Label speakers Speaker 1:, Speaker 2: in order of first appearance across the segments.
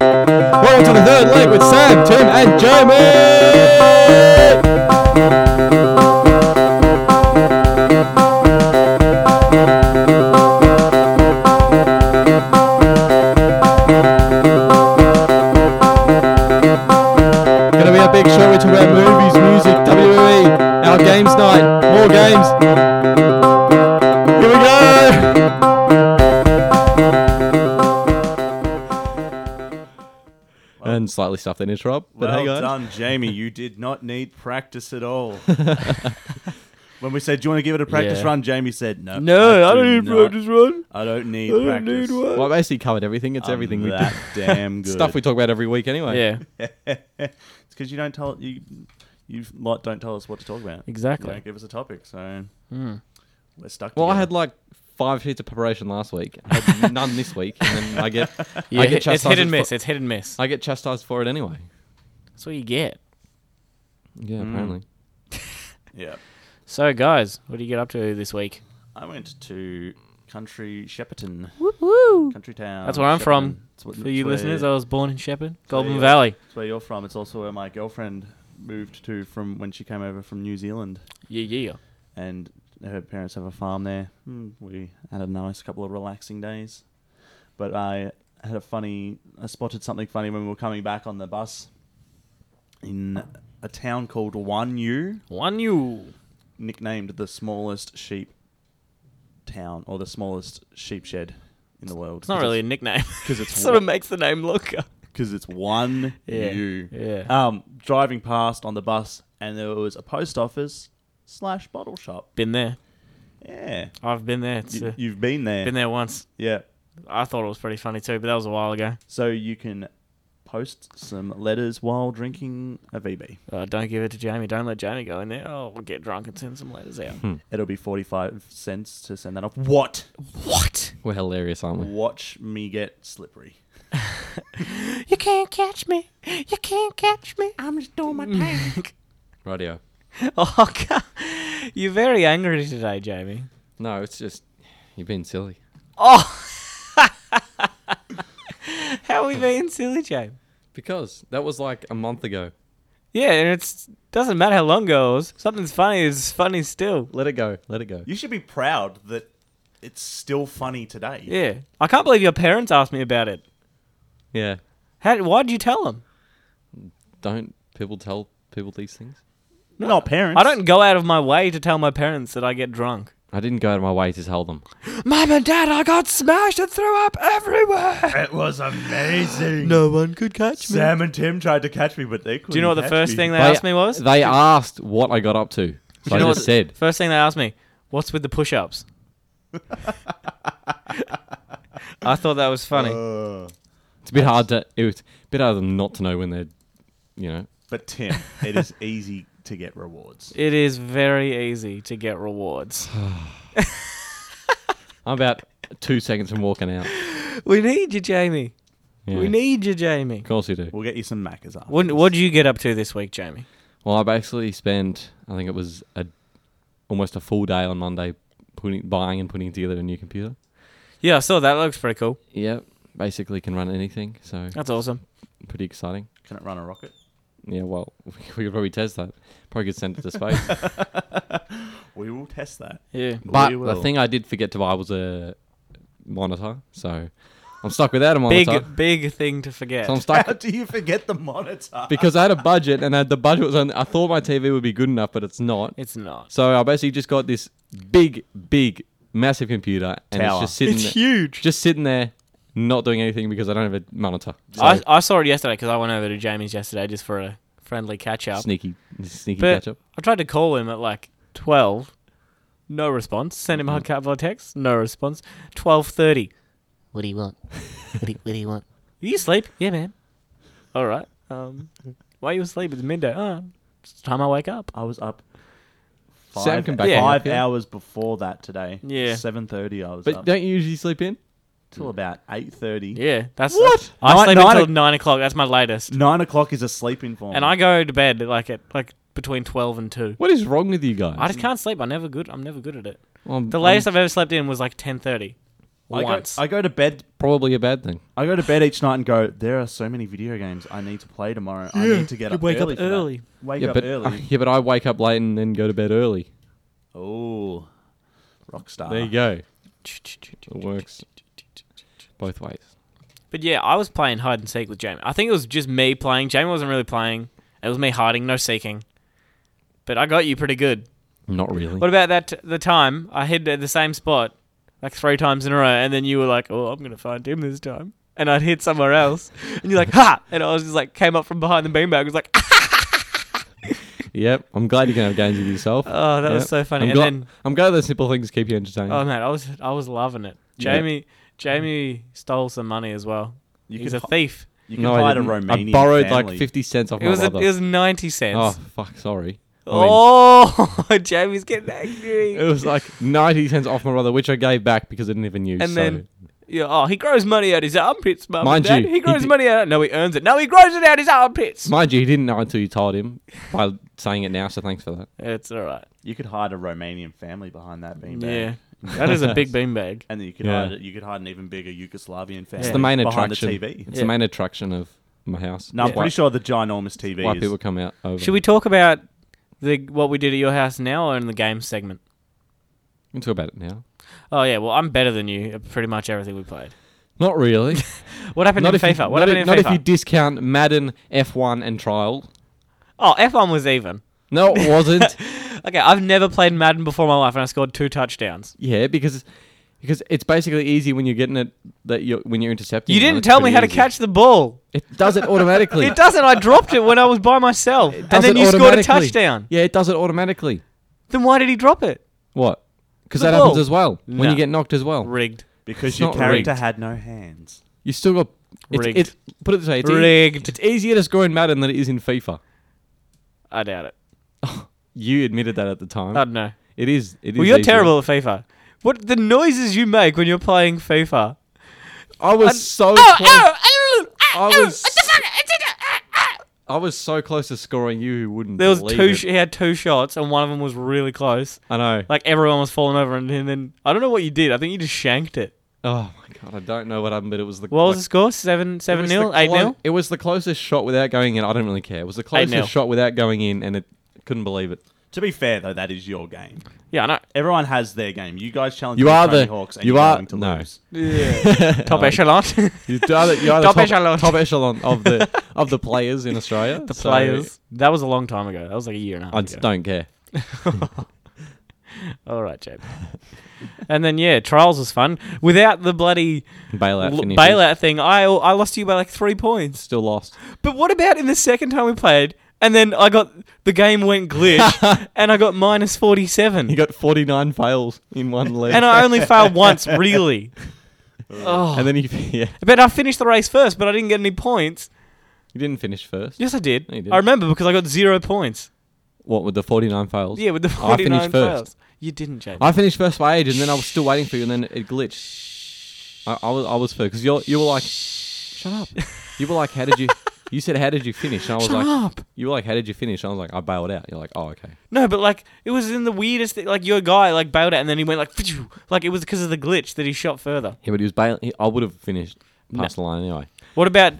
Speaker 1: Welcome to the third leg with Sam, Tim, and Jamie. Gonna be a big show. We talk about movies, music, WWE, our games night, more games. Here we go. And slightly stuffed an intro up, but
Speaker 2: well
Speaker 1: hey guys.
Speaker 2: done, Jamie. You did not need practice at all. when we said, "Do you want to give it a practice
Speaker 3: Yeah.
Speaker 2: run?" Jamie said, "No,
Speaker 3: No, I,
Speaker 2: do
Speaker 3: don't need
Speaker 2: not.
Speaker 3: practice run.
Speaker 2: I don't need
Speaker 3: I don't
Speaker 2: practice.
Speaker 3: need one.
Speaker 1: Well, I basically covered everything. It's
Speaker 2: I'm
Speaker 1: everything we do.
Speaker 2: that damn good
Speaker 1: stuff we talk about every week anyway.
Speaker 3: Yeah,
Speaker 2: It's because you don't tell you you lot don't tell us what to talk about. You
Speaker 3: exactly. Hmm.
Speaker 2: don't give us a topic, so we're stuck.
Speaker 1: Well, I had
Speaker 2: together.
Speaker 1: like five sheets of preparation last week. I had none this week, and then I get
Speaker 3: Yeah,
Speaker 1: I get
Speaker 3: it's hit
Speaker 1: chastised
Speaker 3: and
Speaker 1: for-
Speaker 3: miss. It's hit and miss.
Speaker 1: I get chastised for it anyway.
Speaker 3: That's what you get.
Speaker 1: Yeah, apparently.
Speaker 2: yeah.
Speaker 3: So, guys, what do you get up to this week?
Speaker 2: I went to country Shepperton,
Speaker 3: Woo!
Speaker 2: country town.
Speaker 3: That's where I'm
Speaker 2: Shepparton.
Speaker 3: from.
Speaker 2: It's what-
Speaker 3: For
Speaker 2: it's
Speaker 3: you
Speaker 2: where-
Speaker 3: listeners, I was born in Shepherd, Golden
Speaker 2: you are.
Speaker 3: Valley.
Speaker 2: It's where you're from. It's also where my girlfriend moved to from when she came over from New Zealand.
Speaker 3: Yeah, yeah.
Speaker 2: and her parents have a farm there.
Speaker 3: Hmm.
Speaker 2: Mm, we had a nice couple of relaxing days, but I had a funny. I spotted something funny when we were coming back on the bus in a town called Wanyu,
Speaker 3: One you.
Speaker 2: nicknamed the smallest sheep town or the smallest sheep shed in the world.
Speaker 3: It's not really a nickname.
Speaker 2: 'cause it's
Speaker 3: sort of
Speaker 2: wa-
Speaker 3: makes the name longer.
Speaker 2: because it's one
Speaker 3: Yeah,
Speaker 2: you.
Speaker 3: yeah.
Speaker 2: Um, driving past on the bus, and there was a post office slash bottle shop.
Speaker 3: Been there.
Speaker 2: Yeah,
Speaker 3: I've been there. It's,
Speaker 2: you,
Speaker 3: uh,
Speaker 2: you've been there.
Speaker 3: been there once.
Speaker 2: Yeah.
Speaker 3: I thought it was pretty funny too, but that was a while ago.
Speaker 2: So you can post some letters while drinking a VB.
Speaker 3: Uh, don't give it to Jamie. Don't let Jamie go in there. Oh, we'll get drunk and send some letters out.
Speaker 2: It'll be 45 cents to send that off. What?
Speaker 3: What?
Speaker 1: We're hilarious, aren't we?
Speaker 2: Watch me get slippery.
Speaker 3: You can't catch me. You can't catch me.
Speaker 2: I'm just doing
Speaker 3: Mm.
Speaker 2: my thing.
Speaker 1: Radio.
Speaker 3: Oh, God. You're very angry today, Jamie.
Speaker 1: No, it's just you've been silly.
Speaker 3: Oh. How are we being silly, Jamie?
Speaker 1: Because that was like a month ago.
Speaker 3: Yeah, and it's doesn't matter how long ago it was. Something's funny is funny still.
Speaker 1: Let it go. Let it go.
Speaker 2: you should be proud that it's still funny today.
Speaker 3: Yeah. I can't believe your parents asked me about it.
Speaker 1: Yeah.
Speaker 3: How, why'd you tell them?
Speaker 1: Don't people tell people these things?
Speaker 2: We're not parents.
Speaker 3: I don't go out of my way to tell my parents that I get drunk.
Speaker 1: I didn't go out of my way to tell them.
Speaker 3: Mum and Dad, I got smashed and threw up everywhere.
Speaker 2: It was amazing.
Speaker 3: one could catch
Speaker 2: Sam and Tim tried to catch me, but they couldn't.
Speaker 3: Do you know what the
Speaker 2: catch
Speaker 3: first
Speaker 2: me.
Speaker 3: thing they
Speaker 1: They-
Speaker 3: asked me was?
Speaker 1: They asked what I got up to. So I
Speaker 3: know
Speaker 1: just
Speaker 3: what-
Speaker 1: said,
Speaker 3: First thing they asked me, "What's with the push-ups?" I thought that was funny.
Speaker 2: Uh,
Speaker 1: it's a bit hard to, it was a bit hard not to know when they're, you know,
Speaker 2: but Tim, it is easy to get rewards.
Speaker 3: it is very easy to get rewards.
Speaker 1: I'm about two seconds from walking out.
Speaker 3: we need you, Jamie.
Speaker 1: Yeah.
Speaker 3: We need you, Jamie.
Speaker 1: Of course you do.
Speaker 2: We'll get you some Maccas after.
Speaker 3: What What did you get up to this week, Jamie?
Speaker 1: Well, I basically spent, I think it was a almost a full day on Monday putting, buying and putting together a new computer.
Speaker 3: Yeah, I saw that. Looks pretty cool.
Speaker 1: Yeah, basically can run anything, so
Speaker 3: That's awesome.
Speaker 1: pretty exciting.
Speaker 2: Can it run a rocket?
Speaker 1: Yeah, well, we could probably test that. Probably could send it to space.
Speaker 2: We will test that.
Speaker 3: Yeah.
Speaker 1: but
Speaker 2: We
Speaker 1: the
Speaker 2: will.
Speaker 1: thing I did forget to buy was a monitor, so I'm stuck without a
Speaker 3: Big
Speaker 1: monitor.
Speaker 3: big thing to forget.
Speaker 1: So I'm
Speaker 2: How
Speaker 1: stuck
Speaker 2: do you forget the monitor?
Speaker 1: because I had a budget and I, the budget was on. I thought my TV would be good enough, but it's not.
Speaker 3: It's not.
Speaker 1: So I basically just got this big, big, massive computer and
Speaker 2: Tower.
Speaker 1: it's just sitting there.
Speaker 3: huge.
Speaker 1: just sitting there not doing anything because I don't have a monitor. So
Speaker 3: I, I saw it yesterday because I went over to Jamie's yesterday just for a friendly catch up.
Speaker 1: sneaky, sneaky
Speaker 3: But
Speaker 1: catch up.
Speaker 3: I tried to call him at like twelve, no response. Sent him a couple of texts, no response. Twelve thirty.
Speaker 4: What do you want? what, do, what do you want?
Speaker 3: Are you asleep? Yeah, man. All right. Um, why are you asleep? It's midday. Oh, it's time I wake up.
Speaker 2: I was up five,
Speaker 1: Sam can back
Speaker 3: me up
Speaker 2: five
Speaker 1: here.
Speaker 2: hours before that today.
Speaker 3: Yeah.
Speaker 2: seven thirty. I was
Speaker 1: But
Speaker 2: up
Speaker 1: don't you usually sleep in?
Speaker 2: till about eight thirty.
Speaker 3: Yeah, that's
Speaker 2: What?
Speaker 3: I
Speaker 2: Nine-
Speaker 3: sleep
Speaker 2: nine
Speaker 3: until
Speaker 2: o-
Speaker 3: nine o'clock. That's my latest.
Speaker 2: Nine o'clock is a sleeping form.
Speaker 3: And I go to bed like at like between twelve and two.
Speaker 1: What is wrong with you guys?
Speaker 3: I just can't sleep. I never good. I'm never good at it.
Speaker 1: Um,
Speaker 3: The
Speaker 1: um,
Speaker 3: latest I've ever slept in was like ten thirty.
Speaker 2: I go,
Speaker 3: once.
Speaker 2: I go to bed.
Speaker 1: Probably a bad thing.
Speaker 2: I go to bed each night and go. There are so many video games I need to play tomorrow. I need to get
Speaker 3: You
Speaker 2: up
Speaker 3: wake up
Speaker 2: early. for that."
Speaker 3: early.
Speaker 2: Wake
Speaker 1: yeah,
Speaker 2: up
Speaker 1: but
Speaker 2: early.
Speaker 1: yeah, but I wake up late and then go to bed early.
Speaker 2: oh, rock star.
Speaker 1: There you go. It works both ways.
Speaker 3: But yeah, I was playing hide and seek with Jamie. I think it was just me playing. Jamie wasn't really playing. It was me hiding, no seeking. But I got you pretty good.
Speaker 1: Not really.
Speaker 3: What about that? The time I hid at the same spot like three times in a row, and then you were like, "Oh, I'm gonna find him this time," and I'd hit somewhere else, and you're like, "Ha!" And I was just like, came up from behind the beanbag, was like, "Ah!"
Speaker 1: Yep. I'm glad you can have games with yourself.
Speaker 2: Uh,
Speaker 3: "Oh, that was
Speaker 1: Yep.
Speaker 3: so
Speaker 1: I'm,
Speaker 3: funny." and
Speaker 1: gl-
Speaker 3: then,
Speaker 1: I'm glad those simple things keep you entertained.
Speaker 2: uh,
Speaker 3: oh man, I was I was loving it.
Speaker 1: Yeah.
Speaker 3: Jamie Jamie stole some money as well.
Speaker 2: You
Speaker 3: He's
Speaker 2: could
Speaker 3: a
Speaker 2: hi-
Speaker 3: thief.
Speaker 2: You can
Speaker 1: No, I
Speaker 2: hide a
Speaker 1: didn't.
Speaker 2: Romanian
Speaker 1: I borrowed
Speaker 2: family.
Speaker 1: like 50 cents off
Speaker 3: It
Speaker 1: my
Speaker 3: was a, it
Speaker 1: brother.
Speaker 3: was ninety cents.
Speaker 1: oh, fuck. Sorry. I mean,
Speaker 3: Oh, Jamie's getting angry.
Speaker 1: it was like 90 cents off my brother, which I gave back because I didn't even use.
Speaker 3: And
Speaker 1: so.
Speaker 3: then- yeah, oh, he grows money out his armpits, mum.
Speaker 1: Mind
Speaker 3: and Dad.
Speaker 1: you,
Speaker 3: he
Speaker 1: he
Speaker 3: grows
Speaker 1: di-
Speaker 3: money out. No, he earns it. No, he grows it out his armpits.
Speaker 1: Mind you, he didn't know until you told him by saying it now, so thanks for that.
Speaker 3: it's all right.
Speaker 2: You could hide a Romanian family behind that
Speaker 3: Yeah,
Speaker 2: beanbag.
Speaker 3: that is a big beanbag.
Speaker 2: And then you could
Speaker 1: Yeah.
Speaker 2: hide you could hide an even bigger Yugoslavian family
Speaker 1: It's the main
Speaker 2: behind
Speaker 1: attraction.
Speaker 2: the TV.
Speaker 1: It's
Speaker 3: Yeah.
Speaker 1: the main attraction of my house.
Speaker 2: No, I'm
Speaker 1: It's why,
Speaker 2: pretty sure the ginormous TV
Speaker 1: why
Speaker 2: is.
Speaker 1: people come out over.
Speaker 3: Should we talk about the what we did at your house now, or in the game segment?
Speaker 1: We can talk about it now.
Speaker 3: Oh yeah, well I'm better than you at pretty much everything we played.
Speaker 1: Not really.
Speaker 3: What happened
Speaker 1: not
Speaker 3: in
Speaker 1: if
Speaker 3: FIFA?
Speaker 1: You,
Speaker 3: what
Speaker 1: not,
Speaker 3: happened
Speaker 1: if,
Speaker 3: in
Speaker 1: not
Speaker 3: FIFA?
Speaker 1: if you discount Madden, F1, and Trial.
Speaker 3: oh, F1 was even.
Speaker 1: No, it wasn't.
Speaker 3: Okay, I've never played Madden before in my life, and I scored two touchdowns.
Speaker 1: yeah, because because it's basically easy when you're getting it that you are when you're intercepting.
Speaker 3: You
Speaker 1: one,
Speaker 3: didn't
Speaker 1: it's
Speaker 3: tell me
Speaker 1: pretty
Speaker 3: how to
Speaker 1: easy.
Speaker 3: catch the ball.
Speaker 1: It does it automatically.
Speaker 3: It doesn't. I dropped it when I was by myself, and
Speaker 1: does
Speaker 3: then
Speaker 1: it
Speaker 3: you scored a
Speaker 1: automatically.
Speaker 3: touchdown.
Speaker 1: Yeah, it does it automatically.
Speaker 3: Then why did he drop it?
Speaker 1: What? Because
Speaker 3: The
Speaker 1: that
Speaker 3: ball.
Speaker 1: happens as well when
Speaker 3: No.
Speaker 1: you get knocked as well.
Speaker 3: Rigged.
Speaker 2: because
Speaker 1: It's
Speaker 2: your
Speaker 1: not
Speaker 2: character
Speaker 1: rigged.
Speaker 2: had no hands.
Speaker 1: You still got it's,
Speaker 3: Rigged.
Speaker 1: it's put it this way. It's, e-
Speaker 3: Rigged.
Speaker 1: it's easier to score in Madden than it is in FIFA.
Speaker 3: I doubt it.
Speaker 1: You admitted that at the
Speaker 3: I
Speaker 1: time.
Speaker 3: don't know.
Speaker 1: it is. It is.
Speaker 3: Well, you're
Speaker 1: easier.
Speaker 3: terrible at FIFA. What the noises you make when you're playing FIFA?
Speaker 1: I was so.
Speaker 3: Oh,
Speaker 1: close.
Speaker 3: oh, oh,
Speaker 1: I
Speaker 3: oh,
Speaker 1: was-
Speaker 3: what the fuck? It's in- ah, ah.
Speaker 1: I was so close to scoring you. Who wouldn't?
Speaker 3: There was
Speaker 1: believe
Speaker 3: two.
Speaker 1: it.
Speaker 3: Sh- he had two shots, and one of them was really close.
Speaker 1: I know.
Speaker 3: Like everyone was falling over, and then I don't know what you did. I think you just shanked it.
Speaker 1: Oh my god, I don't know what happened, but it was the.
Speaker 3: What was
Speaker 1: like,
Speaker 3: the score? Seven,
Speaker 1: it
Speaker 3: seven
Speaker 1: was
Speaker 3: nil,
Speaker 1: the
Speaker 3: eight
Speaker 1: clo-
Speaker 3: nil.
Speaker 1: It was the closest shot without going in. I don't really care. It was the
Speaker 3: 8-0.
Speaker 1: closest shot without going in, and it couldn't believe it.
Speaker 2: To be fair though, that is your game.
Speaker 3: Yeah, I know.
Speaker 2: Everyone has their game. You guys challenge
Speaker 1: You
Speaker 2: me,
Speaker 1: are
Speaker 2: Tony
Speaker 1: the-
Speaker 2: Hawks, and
Speaker 1: you
Speaker 2: you're
Speaker 1: are-
Speaker 2: going to
Speaker 1: no.
Speaker 2: lose.
Speaker 3: Top echelon.
Speaker 1: You are the, you are the
Speaker 3: Top
Speaker 1: top,
Speaker 3: echelon.
Speaker 1: top echelon of the of the players in Australia.
Speaker 3: the
Speaker 1: so
Speaker 3: players. That was a long time ago. That was like a year and a half.
Speaker 1: I
Speaker 3: ago.
Speaker 1: just don't care.
Speaker 3: All right, Jeb. and then yeah, trials was fun without the bloody
Speaker 1: Bailout.
Speaker 3: l-
Speaker 1: finishes.
Speaker 3: bailout thing. I I lost to you by like three points.
Speaker 1: still lost.
Speaker 3: But what about in the second time we played? And then I got the game went glitch, and I got minus forty
Speaker 1: You
Speaker 3: seven,
Speaker 1: got 49 fails in one leg.
Speaker 3: and I only failed once really. oh,
Speaker 1: And then you, yeah,
Speaker 3: but I finished the race first, but I didn't get any points.
Speaker 1: you didn't finish first.
Speaker 3: Yes, I did.
Speaker 1: No, you didn't.
Speaker 3: I remember because I got zero points.
Speaker 1: What with the 49 fails?
Speaker 3: Yeah, with the
Speaker 1: I
Speaker 3: forty
Speaker 1: finished
Speaker 3: nine
Speaker 1: first.
Speaker 3: fails. You didn't, Jeb.
Speaker 1: I finished first by age, and then I was still waiting for you, and then it glitched. I, I was I was first because you you were like, shut up. You were like, how did you? You said, how did you finish? And I was
Speaker 3: Shut
Speaker 1: like,
Speaker 3: up.
Speaker 1: you were like, how did you finish? And I was like, I bailed out. You're like, oh okay.
Speaker 3: No, but like it was in the weirdest thing. Like your guy like bailed out and then he went like, phew. like it was because of the glitch that he shot further.
Speaker 1: Yeah, but he was bailing. he- I would have finished past the line anyway.
Speaker 3: What about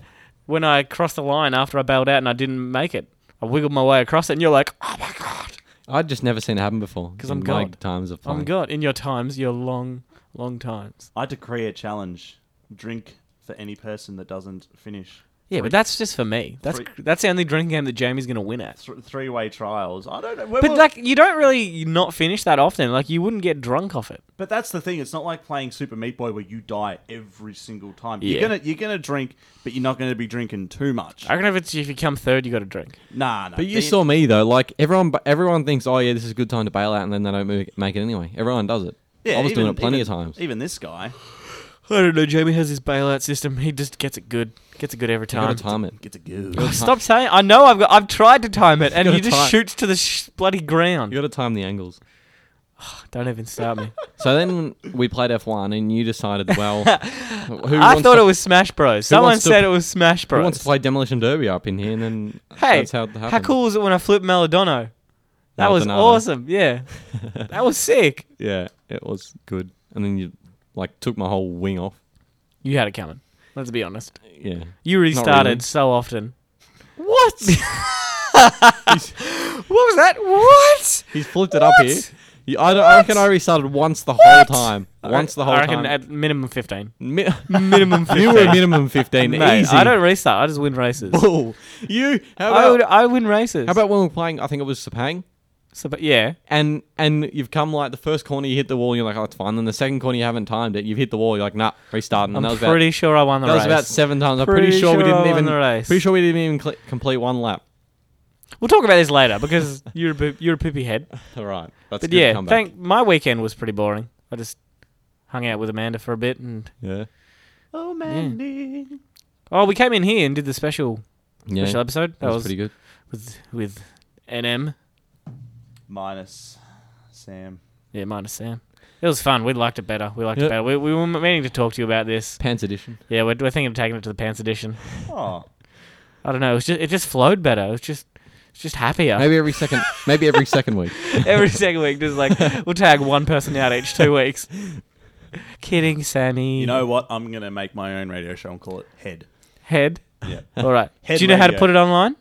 Speaker 3: when I crossed the line after I bailed out and I didn't make it? I wiggled my way across it, and you're like, "Oh my god!"
Speaker 1: I'd just never seen it happen before.
Speaker 3: 'Cause I'm
Speaker 1: in my
Speaker 3: God.
Speaker 1: Times of
Speaker 3: I'm
Speaker 1: playing.
Speaker 3: god in your times, your long, long times.
Speaker 2: I decree a challenge. Drink for any person that doesn't finish.
Speaker 3: Yeah, but that's just for me. That's
Speaker 2: Three-
Speaker 3: that's the only drinking game that Jamie's gonna win at.
Speaker 2: Th- three-way trials. I don't know. We're-
Speaker 3: But
Speaker 2: we're-
Speaker 3: like, you don't really not finish that often. Like, you wouldn't get drunk off it.
Speaker 2: But that's the thing. It's not like playing Super Meat Boy where you die every single time.
Speaker 3: Yeah.
Speaker 2: You're gonna you're gonna drink, but you're not gonna be drinking too much.
Speaker 3: I reckon if it's if you come third, you got to drink.
Speaker 2: Nah, nah.
Speaker 1: But you
Speaker 2: Then-
Speaker 1: saw me though. Like everyone, everyone thinks, oh yeah, this is a good time to bail out, and then they don't move, make it anyway. Everyone does it.
Speaker 2: Yeah,
Speaker 1: I was doing
Speaker 2: even-
Speaker 1: it plenty
Speaker 2: even-
Speaker 1: of times.
Speaker 2: Even this guy
Speaker 3: I don't know. Jamie has his bailout system. He just gets it good. Gets it good every
Speaker 1: You
Speaker 3: time.
Speaker 1: gotta time it.
Speaker 2: gets a goo.
Speaker 1: You gotta ti-
Speaker 3: Oh, Stop saying. I know. I've got. I've tried to time it, and
Speaker 1: gotta
Speaker 3: you just
Speaker 1: time-
Speaker 3: shoots to the sh- bloody ground.
Speaker 1: You gotta time the angles.
Speaker 3: Don't even start me.
Speaker 1: So then we played F1, and you decided, well, who
Speaker 3: I
Speaker 1: wants
Speaker 3: thought
Speaker 1: to,
Speaker 3: it was Smash Bros. Someone
Speaker 1: wants to-
Speaker 3: said it was Smash
Speaker 1: who wants to
Speaker 3: Bros.
Speaker 1: play Demolition Derby up in here, and then
Speaker 3: Hey,
Speaker 1: that's how it happened.
Speaker 3: How cool was it when I flipped Maladona? That was
Speaker 1: Maldonado.
Speaker 3: awesome. Yeah, that was sick.
Speaker 1: Yeah, it was good. And then you like took my whole wing off.
Speaker 3: You had it coming. Let's be honest.
Speaker 1: Yeah.
Speaker 3: You
Speaker 1: Not
Speaker 3: restarted
Speaker 1: really.
Speaker 3: so often. What? what was that? What?
Speaker 1: He's flipped it up
Speaker 3: What?
Speaker 1: here. He- I, don't, I reckon I restarted once the whole time. Once the whole
Speaker 3: I reckon
Speaker 1: time.
Speaker 3: at minimum fifteen.
Speaker 1: Mi-
Speaker 3: Minimum fifteen.
Speaker 1: you were minimum 15.
Speaker 3: Mate,
Speaker 1: Easy.
Speaker 3: I don't restart. I just win races.
Speaker 1: Bull. You. How
Speaker 3: I,
Speaker 1: about,
Speaker 3: would, I win races.
Speaker 1: how about when we were playing, I think it was Sepang?
Speaker 3: So, but yeah,
Speaker 1: And and you've come like the first corner you hit the wall, you're like, oh, it's fine. Then the second corner you haven't timed it, you've hit the wall, you're like, nah, restarting. And
Speaker 3: I'm
Speaker 1: that was about-
Speaker 3: pretty sure I won the
Speaker 1: That was
Speaker 3: race.
Speaker 1: about seven times. I'm pretty,
Speaker 3: Pretty
Speaker 1: sure, we
Speaker 3: sure I
Speaker 1: didn't
Speaker 3: won
Speaker 1: even.
Speaker 3: the race.
Speaker 1: Pretty sure we didn't even cl- complete one lap.
Speaker 3: we'll talk about this later because you're a poop, you're a poopy head.
Speaker 1: All right, that's a
Speaker 3: But
Speaker 1: good
Speaker 3: yeah,
Speaker 1: comeback.
Speaker 3: thank my weekend was pretty boring. I just hung out with Amanda for a bit and
Speaker 1: yeah,
Speaker 2: Oh, Mandy.
Speaker 3: oh, we came in here and did the special
Speaker 1: yeah,
Speaker 3: special episode.
Speaker 1: that was pretty good.
Speaker 3: with with NM.
Speaker 2: Minus Sam.
Speaker 3: Yeah, minus Sam. It was fun. We liked it better. We liked
Speaker 1: Yep.
Speaker 3: it better. We, we were meaning to talk to you about this.
Speaker 1: Pants edition.
Speaker 3: Yeah, we're, we're thinking of taking it to the pants edition.
Speaker 2: Oh,
Speaker 3: I don't know. It was just it just flowed better. It was just it's just happier.
Speaker 1: Maybe every second. maybe every second week.
Speaker 3: Every second week, just like we'll tag one person out each two weeks. Kidding, Sammy.
Speaker 1: Mm.
Speaker 2: you know what? I'm gonna make my own radio show and call it Head.
Speaker 3: head.
Speaker 2: Yeah,
Speaker 3: All right.
Speaker 2: Head
Speaker 3: Do you know how to
Speaker 2: radio.
Speaker 3: put it online?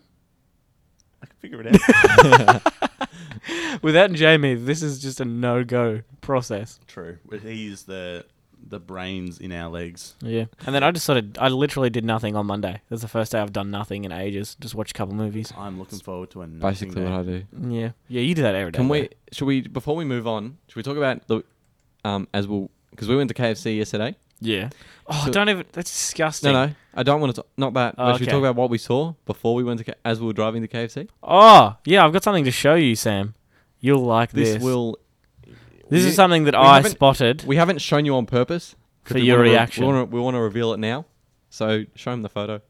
Speaker 2: I can figure it out.
Speaker 3: Without Jamie, this is just a no go process.
Speaker 2: True, but he's the the brains in our legs.
Speaker 3: Yeah. And then I just sort of, I literally did nothing on Monday. That's the first day I've done nothing in ages. Just watched a couple movies.
Speaker 2: I'm looking forward to a nothing
Speaker 1: Basically,
Speaker 2: day.
Speaker 1: what I do.
Speaker 3: Yeah. Yeah, you do that every day.
Speaker 1: Can
Speaker 3: though.
Speaker 1: we? Should we? Before we move on, should we talk about the? Um, as we'll because we went to KFC yesterday.
Speaker 3: Yeah. Oh,
Speaker 1: So-
Speaker 3: don't even, that's disgusting.
Speaker 1: No, no, I don't want to. Not that.
Speaker 3: Oh,
Speaker 1: but should we
Speaker 3: okay.
Speaker 1: talk about what we saw before we went to K- as we were driving to KFC?
Speaker 3: Oh, yeah, I've got something to show you, Sam. You'll like this.
Speaker 1: This will.
Speaker 3: This
Speaker 1: we-
Speaker 3: is something that
Speaker 1: we
Speaker 3: I
Speaker 1: haven't-
Speaker 3: spotted.
Speaker 1: We haven't shown you on purpose 'cause
Speaker 3: For
Speaker 1: we
Speaker 3: your
Speaker 1: wanna re-
Speaker 3: reaction.
Speaker 1: we want to we wanna reveal it now, so show him the photo.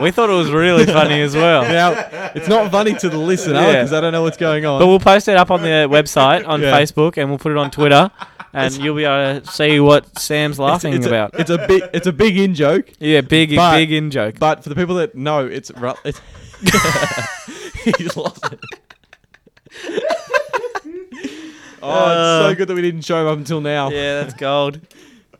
Speaker 3: We thought it was really funny as well.
Speaker 1: Now it's not funny to the listener
Speaker 3: Yeah.
Speaker 1: because I don't know what's going on.
Speaker 3: But we'll post it up on the uh, website, on
Speaker 1: Yeah.
Speaker 3: Facebook, and we'll put it on Twitter, and you'll be able to see what Sam's laughing
Speaker 1: it's
Speaker 3: about.
Speaker 1: A, it's a big it's a big in joke.
Speaker 3: yeah, big,
Speaker 1: but-
Speaker 3: big in joke.
Speaker 1: But for the people that know, it's ru- it's he's lost it. oh, it's so good that we didn't show him up until now.
Speaker 3: Uh. Yeah, that's gold.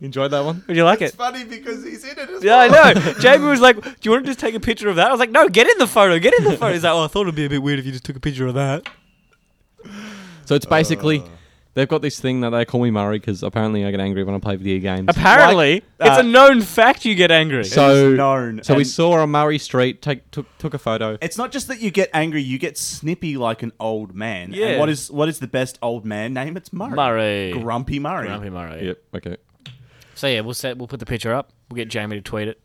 Speaker 1: Enjoyed that one.
Speaker 3: Would you like it?
Speaker 2: funny because he's in it as
Speaker 3: Yeah, I know. Jamie was like, "Do you want to just take a picture of that?" I was like, "No, get in the photo. Get in the photo." He's like, "Oh, I thought it'd be a bit weird if you just took a picture of that."
Speaker 1: So it's basically
Speaker 3: Uh.
Speaker 1: they've got this thing that they call me Murray because apparently I get angry when I play video games.
Speaker 3: Apparently,
Speaker 2: Like,
Speaker 3: it's
Speaker 2: uh,
Speaker 3: a known fact you get angry.
Speaker 1: So-
Speaker 2: it's known.
Speaker 1: so we
Speaker 2: and
Speaker 1: saw a Murray Street take took took a photo.
Speaker 2: it's not just that you get angry; you get snippy like an old man.
Speaker 3: Yeah.
Speaker 2: And what is what is the best old man name? It's Murray.
Speaker 3: Murray,
Speaker 2: Grumpy Murray.
Speaker 3: Grumpy Murray.
Speaker 1: Yep. Okay.
Speaker 3: So yeah, we'll set, we'll put the picture up. We'll get Jamie to tweet it.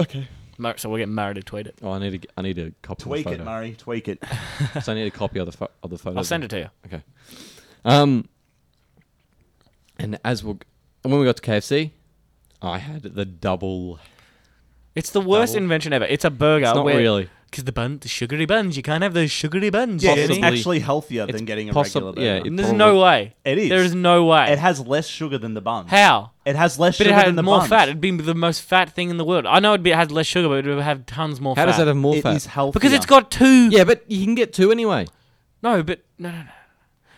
Speaker 1: Okay.
Speaker 3: Mur- So we'll get Murray to tweet it.
Speaker 1: Oh, I need to. get- I need a copy.
Speaker 2: Tweak
Speaker 1: of the
Speaker 2: it,
Speaker 1: photo.
Speaker 2: Murray. Tweak it.
Speaker 1: So I need a copy of the pho- of the photo.
Speaker 3: I'll send it to you.
Speaker 1: Okay. Um. And as we and when we got to KFC, I had the double.
Speaker 3: It's the worst
Speaker 1: Double.
Speaker 3: invention ever. It's a burger.
Speaker 1: it's not really.
Speaker 3: because the bun, the sugary buns. You can't have those sugary buns.
Speaker 2: Yeah,
Speaker 3: Jamie.
Speaker 2: it's
Speaker 1: Possibly.
Speaker 2: actually healthier
Speaker 1: It's
Speaker 2: than getting a
Speaker 1: possible-
Speaker 2: regular burger.
Speaker 1: yeah, it-
Speaker 3: there's no way.
Speaker 2: It is.
Speaker 3: There is no way.
Speaker 2: it has less sugar than the bun.
Speaker 3: How?
Speaker 2: It has less
Speaker 3: But
Speaker 2: sugar
Speaker 3: it had
Speaker 2: than the
Speaker 3: more
Speaker 2: buns.
Speaker 3: fat. It'd be the most fat thing in the world. I know it'd be, it has less sugar, but it would have tons more
Speaker 1: How
Speaker 3: fat.
Speaker 1: does that have more
Speaker 2: It
Speaker 1: fat?
Speaker 2: is healthier.
Speaker 3: Because it's got two.
Speaker 1: yeah, but you can get two anyway.
Speaker 3: No, but no, no, no.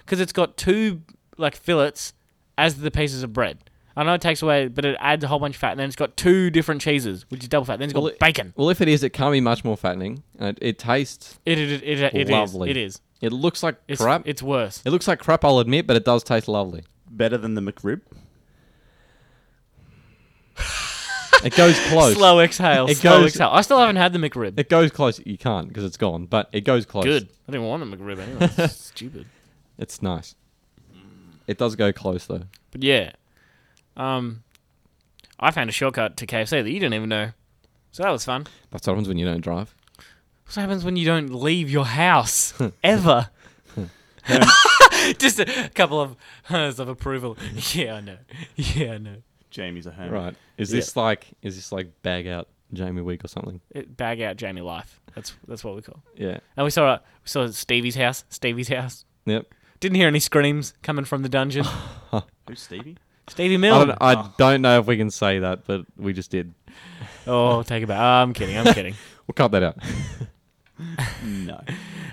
Speaker 3: Because it's got two like fillets as the pieces of bread. I know it takes away, but it adds a whole bunch of fat. And then it's got two different cheeses, which is double fat. Then it's got
Speaker 1: Well, it-
Speaker 3: bacon.
Speaker 1: Well, if it is, it can't be much more fattening. And It, it tastes.
Speaker 3: It it it, it, it is.
Speaker 1: Lovely.
Speaker 3: It is.
Speaker 1: It looks like
Speaker 3: It's
Speaker 1: crap.
Speaker 3: it's worse.
Speaker 1: it looks like crap. I'll admit, but it does taste lovely.
Speaker 2: better than the McRib.
Speaker 1: It goes close.
Speaker 3: Slow exhale.
Speaker 1: It
Speaker 3: slow
Speaker 1: goes-
Speaker 3: exhale. I still haven't had the McRib.
Speaker 1: It goes close. You can't because it's gone. But it goes close.
Speaker 3: Good. I didn't want a McRib anyway. It's stupid.
Speaker 1: It's nice. It does go close though.
Speaker 3: But yeah, um, I found a shortcut to KFC that you didn't even know. So that was fun.
Speaker 1: That's what happens when you don't drive.
Speaker 3: What happens when you don't leave your house ever? Just a couple of hers of approval. Yeah, I know. Yeah, I know.
Speaker 2: Jamie's a home.
Speaker 1: Right. Is
Speaker 3: Yeah.
Speaker 1: this like is this like bag out Jamie week or something?
Speaker 3: It, bag out Jamie life. That's that's what we call. it.
Speaker 1: Yeah.
Speaker 3: And we saw uh, we saw Stevie's house. Stevie's house.
Speaker 1: Yep.
Speaker 3: Didn't hear any screams coming from the dungeon.
Speaker 2: Who's Stevie?
Speaker 3: Stevie
Speaker 1: I
Speaker 3: Mill.
Speaker 1: don't, I don't know if we can say that, but we just did.
Speaker 3: Oh, take it back. I'm kidding. I'm kidding.
Speaker 1: We'll cut that out.
Speaker 2: No.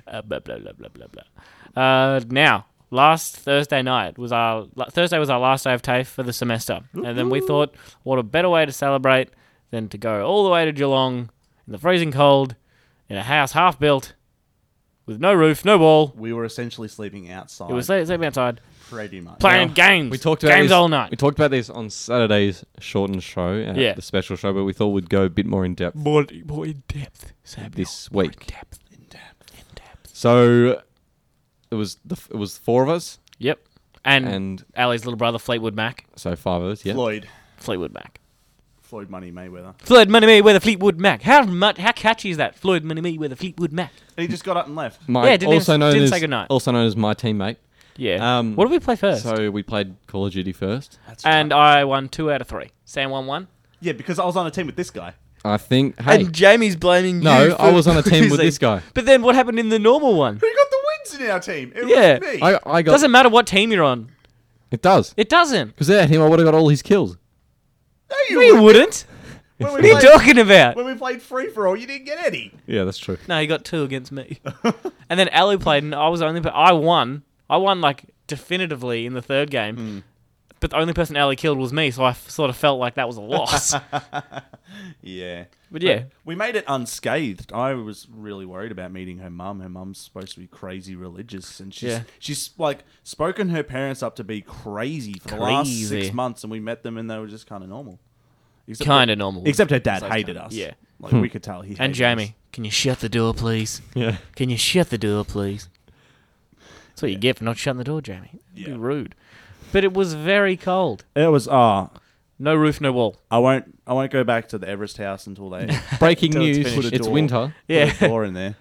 Speaker 3: uh, blah blah blah blah blah blah. Uh, now, last Thursday night was our la- Thursday was our last day of TAFE for the semester, and then we thought, what a better way to celebrate than to go all the way to Geelong in the freezing cold, in a house half built, with no roof, no wall.
Speaker 2: We were essentially sleeping outside.
Speaker 3: It was sleep- sleeping outside,
Speaker 2: pretty much.
Speaker 3: playing games.
Speaker 1: We talked about
Speaker 3: games
Speaker 1: this-
Speaker 3: all night.
Speaker 1: We talked about this on Saturday's shortened show, uh,
Speaker 3: Yeah.
Speaker 1: the special show, but we thought we'd go a bit more in depth
Speaker 3: more, more in depth, Samuel.
Speaker 1: this
Speaker 3: More in
Speaker 1: week.
Speaker 3: depth, in depth, in depth.
Speaker 1: So it was the f- it was four of us,
Speaker 3: Yep. And,
Speaker 1: and
Speaker 3: Ali's little brother Fleetwood Mac.
Speaker 1: so five of us. Yeah,
Speaker 2: Floyd,
Speaker 3: Fleetwood Mac.
Speaker 2: Floyd Money Mayweather,
Speaker 3: Floyd Money Me with a Fleetwood Mac. How much? How catchy is that? Floyd Money Me with a Fleetwood Mac.
Speaker 2: and he just got up and left.
Speaker 1: Mike,
Speaker 3: Yeah, didn't
Speaker 1: also
Speaker 3: even-
Speaker 1: known
Speaker 3: didn't
Speaker 1: as
Speaker 3: say goodnight.
Speaker 1: also known as my teammate.
Speaker 3: Yeah.
Speaker 1: Um,
Speaker 3: what did we play first?
Speaker 1: So we played Call of Duty first.
Speaker 2: That's
Speaker 3: and
Speaker 2: right.
Speaker 3: I won two out of three. Sam won one.
Speaker 2: yeah, because I was on a team with this guy.
Speaker 1: I think. Hey,
Speaker 3: Jamie's blaming
Speaker 1: no, I was on a team with this guy.
Speaker 3: But then what happened in the normal one?
Speaker 2: Who got the wins in our team? It
Speaker 3: Yeah.
Speaker 2: was me.
Speaker 1: I, I got
Speaker 3: Doesn't matter what team you're on.
Speaker 1: it does
Speaker 3: It doesn't.
Speaker 1: because without him I would have got all his kills.
Speaker 2: no,
Speaker 3: No, you
Speaker 2: wouldn't.
Speaker 3: wouldn't.
Speaker 2: When
Speaker 3: What are
Speaker 2: we
Speaker 3: you
Speaker 2: played,
Speaker 3: talking about?
Speaker 2: when we played free for all, you didn't get any.
Speaker 1: Yeah, that's true.
Speaker 3: No, he got two against me. and then Ali played, and I was the only. But I won. I won like definitively in the third game.
Speaker 1: Hmm.
Speaker 3: But the only person Ali killed was me, so I f- sort of felt like that was a loss.
Speaker 2: Yeah.
Speaker 3: But yeah.
Speaker 2: we made it unscathed. I was really worried about meeting her mum. Her mum's supposed to be crazy religious, and she's
Speaker 3: Yeah.
Speaker 2: she's like spoken her parents up to be crazy for the last
Speaker 3: Crazy.
Speaker 2: six months, and we met them, and they were just kind of normal. Except
Speaker 3: kind
Speaker 2: her-
Speaker 3: of normal.
Speaker 2: Except her dad
Speaker 3: It's okay.
Speaker 2: hated us.
Speaker 3: Yeah. Hmm.
Speaker 2: like we could tell he hated
Speaker 3: and
Speaker 2: us.
Speaker 3: Jamie.
Speaker 4: Can you shut the door, please?
Speaker 1: Yeah.
Speaker 4: Can you shut the door, please?
Speaker 3: That's what you get for not shutting the door, Jamie. That'd
Speaker 2: Yeah.
Speaker 3: Be rude. But it was very cold.
Speaker 2: It was ah.
Speaker 3: No roof, no wall.
Speaker 2: I won't. I won't go back to the Everest house until they
Speaker 1: Breaking
Speaker 3: Till it's
Speaker 1: news:
Speaker 3: finished.
Speaker 1: it's,
Speaker 2: Put a door.
Speaker 1: winter.
Speaker 3: Yeah.
Speaker 2: put a door in there.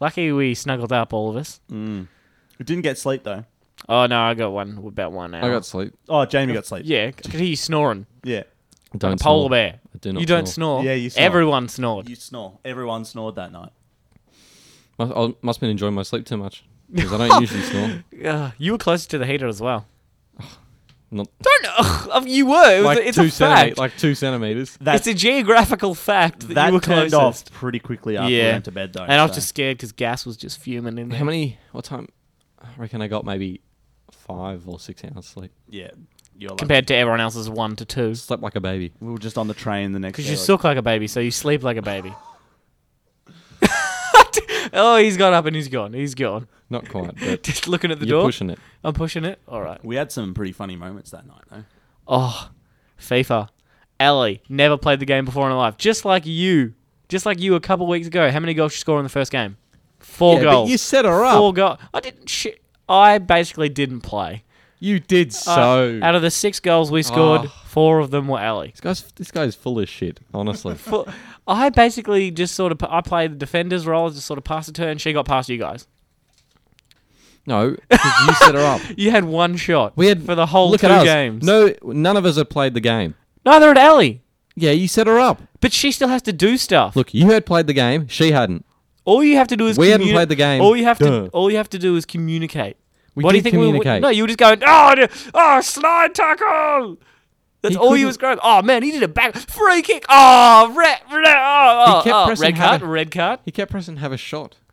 Speaker 3: Lucky we snuggled up, all of us.
Speaker 2: Mm. We didn't get sleep though.
Speaker 3: Oh no, I got one about one hour.
Speaker 1: I got sleep.
Speaker 2: Oh, Jamie got sleep.
Speaker 3: yeah, I could hear you snoring.
Speaker 2: Yeah,
Speaker 1: Don't
Speaker 3: Polar
Speaker 1: snore.
Speaker 3: bear.
Speaker 1: I do not
Speaker 3: you don't
Speaker 1: snore.
Speaker 3: snore.
Speaker 2: Yeah, you snore.
Speaker 3: Everyone snored.
Speaker 2: you snore. Everyone snored that night.
Speaker 1: Must, I must have been enjoying my sleep too much because I don't usually snore.
Speaker 3: Ugh, you were closer to the heater as well.
Speaker 1: Not
Speaker 3: Don't ugh, you were. It was
Speaker 1: like
Speaker 3: a- it's
Speaker 1: two
Speaker 3: a fact.
Speaker 1: centimeters. Like two centimeters.
Speaker 2: That
Speaker 3: it's a geographical fact that,
Speaker 2: that
Speaker 3: you were
Speaker 2: turned
Speaker 3: closest.
Speaker 2: off pretty quickly after
Speaker 3: Yeah.
Speaker 2: we went to bed though.
Speaker 3: And I was
Speaker 2: so-
Speaker 3: just scared because gas was just fuming in there.
Speaker 1: How many? What time? I reckon I got maybe five or six hours sleep.
Speaker 2: yeah, you're like,
Speaker 3: compared to everyone else's one to two.
Speaker 1: Slept like a baby.
Speaker 2: we were just on the train the next
Speaker 3: Because
Speaker 2: day.
Speaker 3: you
Speaker 2: like,
Speaker 3: suck like a baby, so you sleep like a baby. oh, he's gone up and he's gone. He's gone.
Speaker 1: Not quite, but
Speaker 3: Just looking at the
Speaker 1: you're
Speaker 3: door.
Speaker 1: pushing it.
Speaker 3: I'm pushing it. All right.
Speaker 2: we had some pretty funny moments that night though.
Speaker 3: Oh, FIFA. Ellie never played the game before in her life. Just like you. Just like you a couple weeks ago. How many goals you score in the first game? Four
Speaker 1: Yeah,
Speaker 3: goals.
Speaker 1: But you set her up.
Speaker 3: Four goals. I didn't. Sh- I basically didn't play.
Speaker 1: You did
Speaker 3: Uh,
Speaker 1: so. Oh.
Speaker 3: out of the six goals we scored, four of them were Ellie.
Speaker 1: this guy's this guy's full of shit. Honestly,
Speaker 3: Well, I basically just sort of I played the defender's role, just sort of passed it to her, and she got past you guys.
Speaker 1: no, 'cause you set her up.
Speaker 3: You had one shot.
Speaker 1: We had
Speaker 3: for the whole
Speaker 1: look
Speaker 3: two
Speaker 1: at us.
Speaker 3: games.
Speaker 1: No, none of us have played the game.
Speaker 3: neither had Ellie.
Speaker 1: Yeah, you set her up.
Speaker 3: But she still has to do stuff.
Speaker 1: Look, you had played the game. She hadn't.
Speaker 3: all you have to do is
Speaker 1: we hadn't
Speaker 3: communi-
Speaker 1: played the game.
Speaker 3: All you have
Speaker 1: Duh.
Speaker 3: to all you have to do is communicate.
Speaker 1: We
Speaker 3: what do you
Speaker 1: did
Speaker 3: think we
Speaker 1: communicate.
Speaker 3: would? No, you were just going. Oh, no, oh, slide tackle. That's
Speaker 1: He
Speaker 3: all
Speaker 1: couldn't-
Speaker 3: you was going. Oh man, he did a back free kick. Oh, red, red, oh, oh,
Speaker 1: He kept
Speaker 3: oh,
Speaker 1: pressing
Speaker 3: red card,
Speaker 1: Havertz.
Speaker 3: red card.
Speaker 1: He kept pressing have a shot. Oh.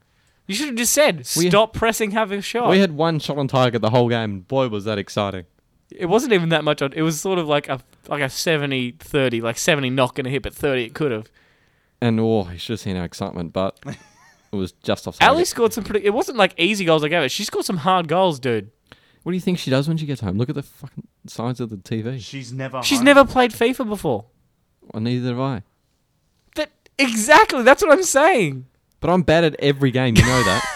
Speaker 3: You should have just said,
Speaker 1: We-
Speaker 3: stop pressing, have a shot.
Speaker 1: We had one shot on target the whole game. Boy, was that exciting.
Speaker 3: it wasn't even that much on it was sort of like a like a 70 30 like 70 not gonna hit but 30 it could have
Speaker 1: And oh, you should have seen our excitement, but it was just off. target.
Speaker 3: ali scored some pretty it wasn't like easy goals i gave her she scored some hard goals dude
Speaker 1: What do you think she does when she gets home? Look at the fucking size of the TV.
Speaker 2: She's never.
Speaker 3: she's
Speaker 2: home.
Speaker 3: never played fifa before
Speaker 1: Well, neither have I.
Speaker 3: that exactly that's what i'm saying
Speaker 1: But I'm bad at every game. You know that.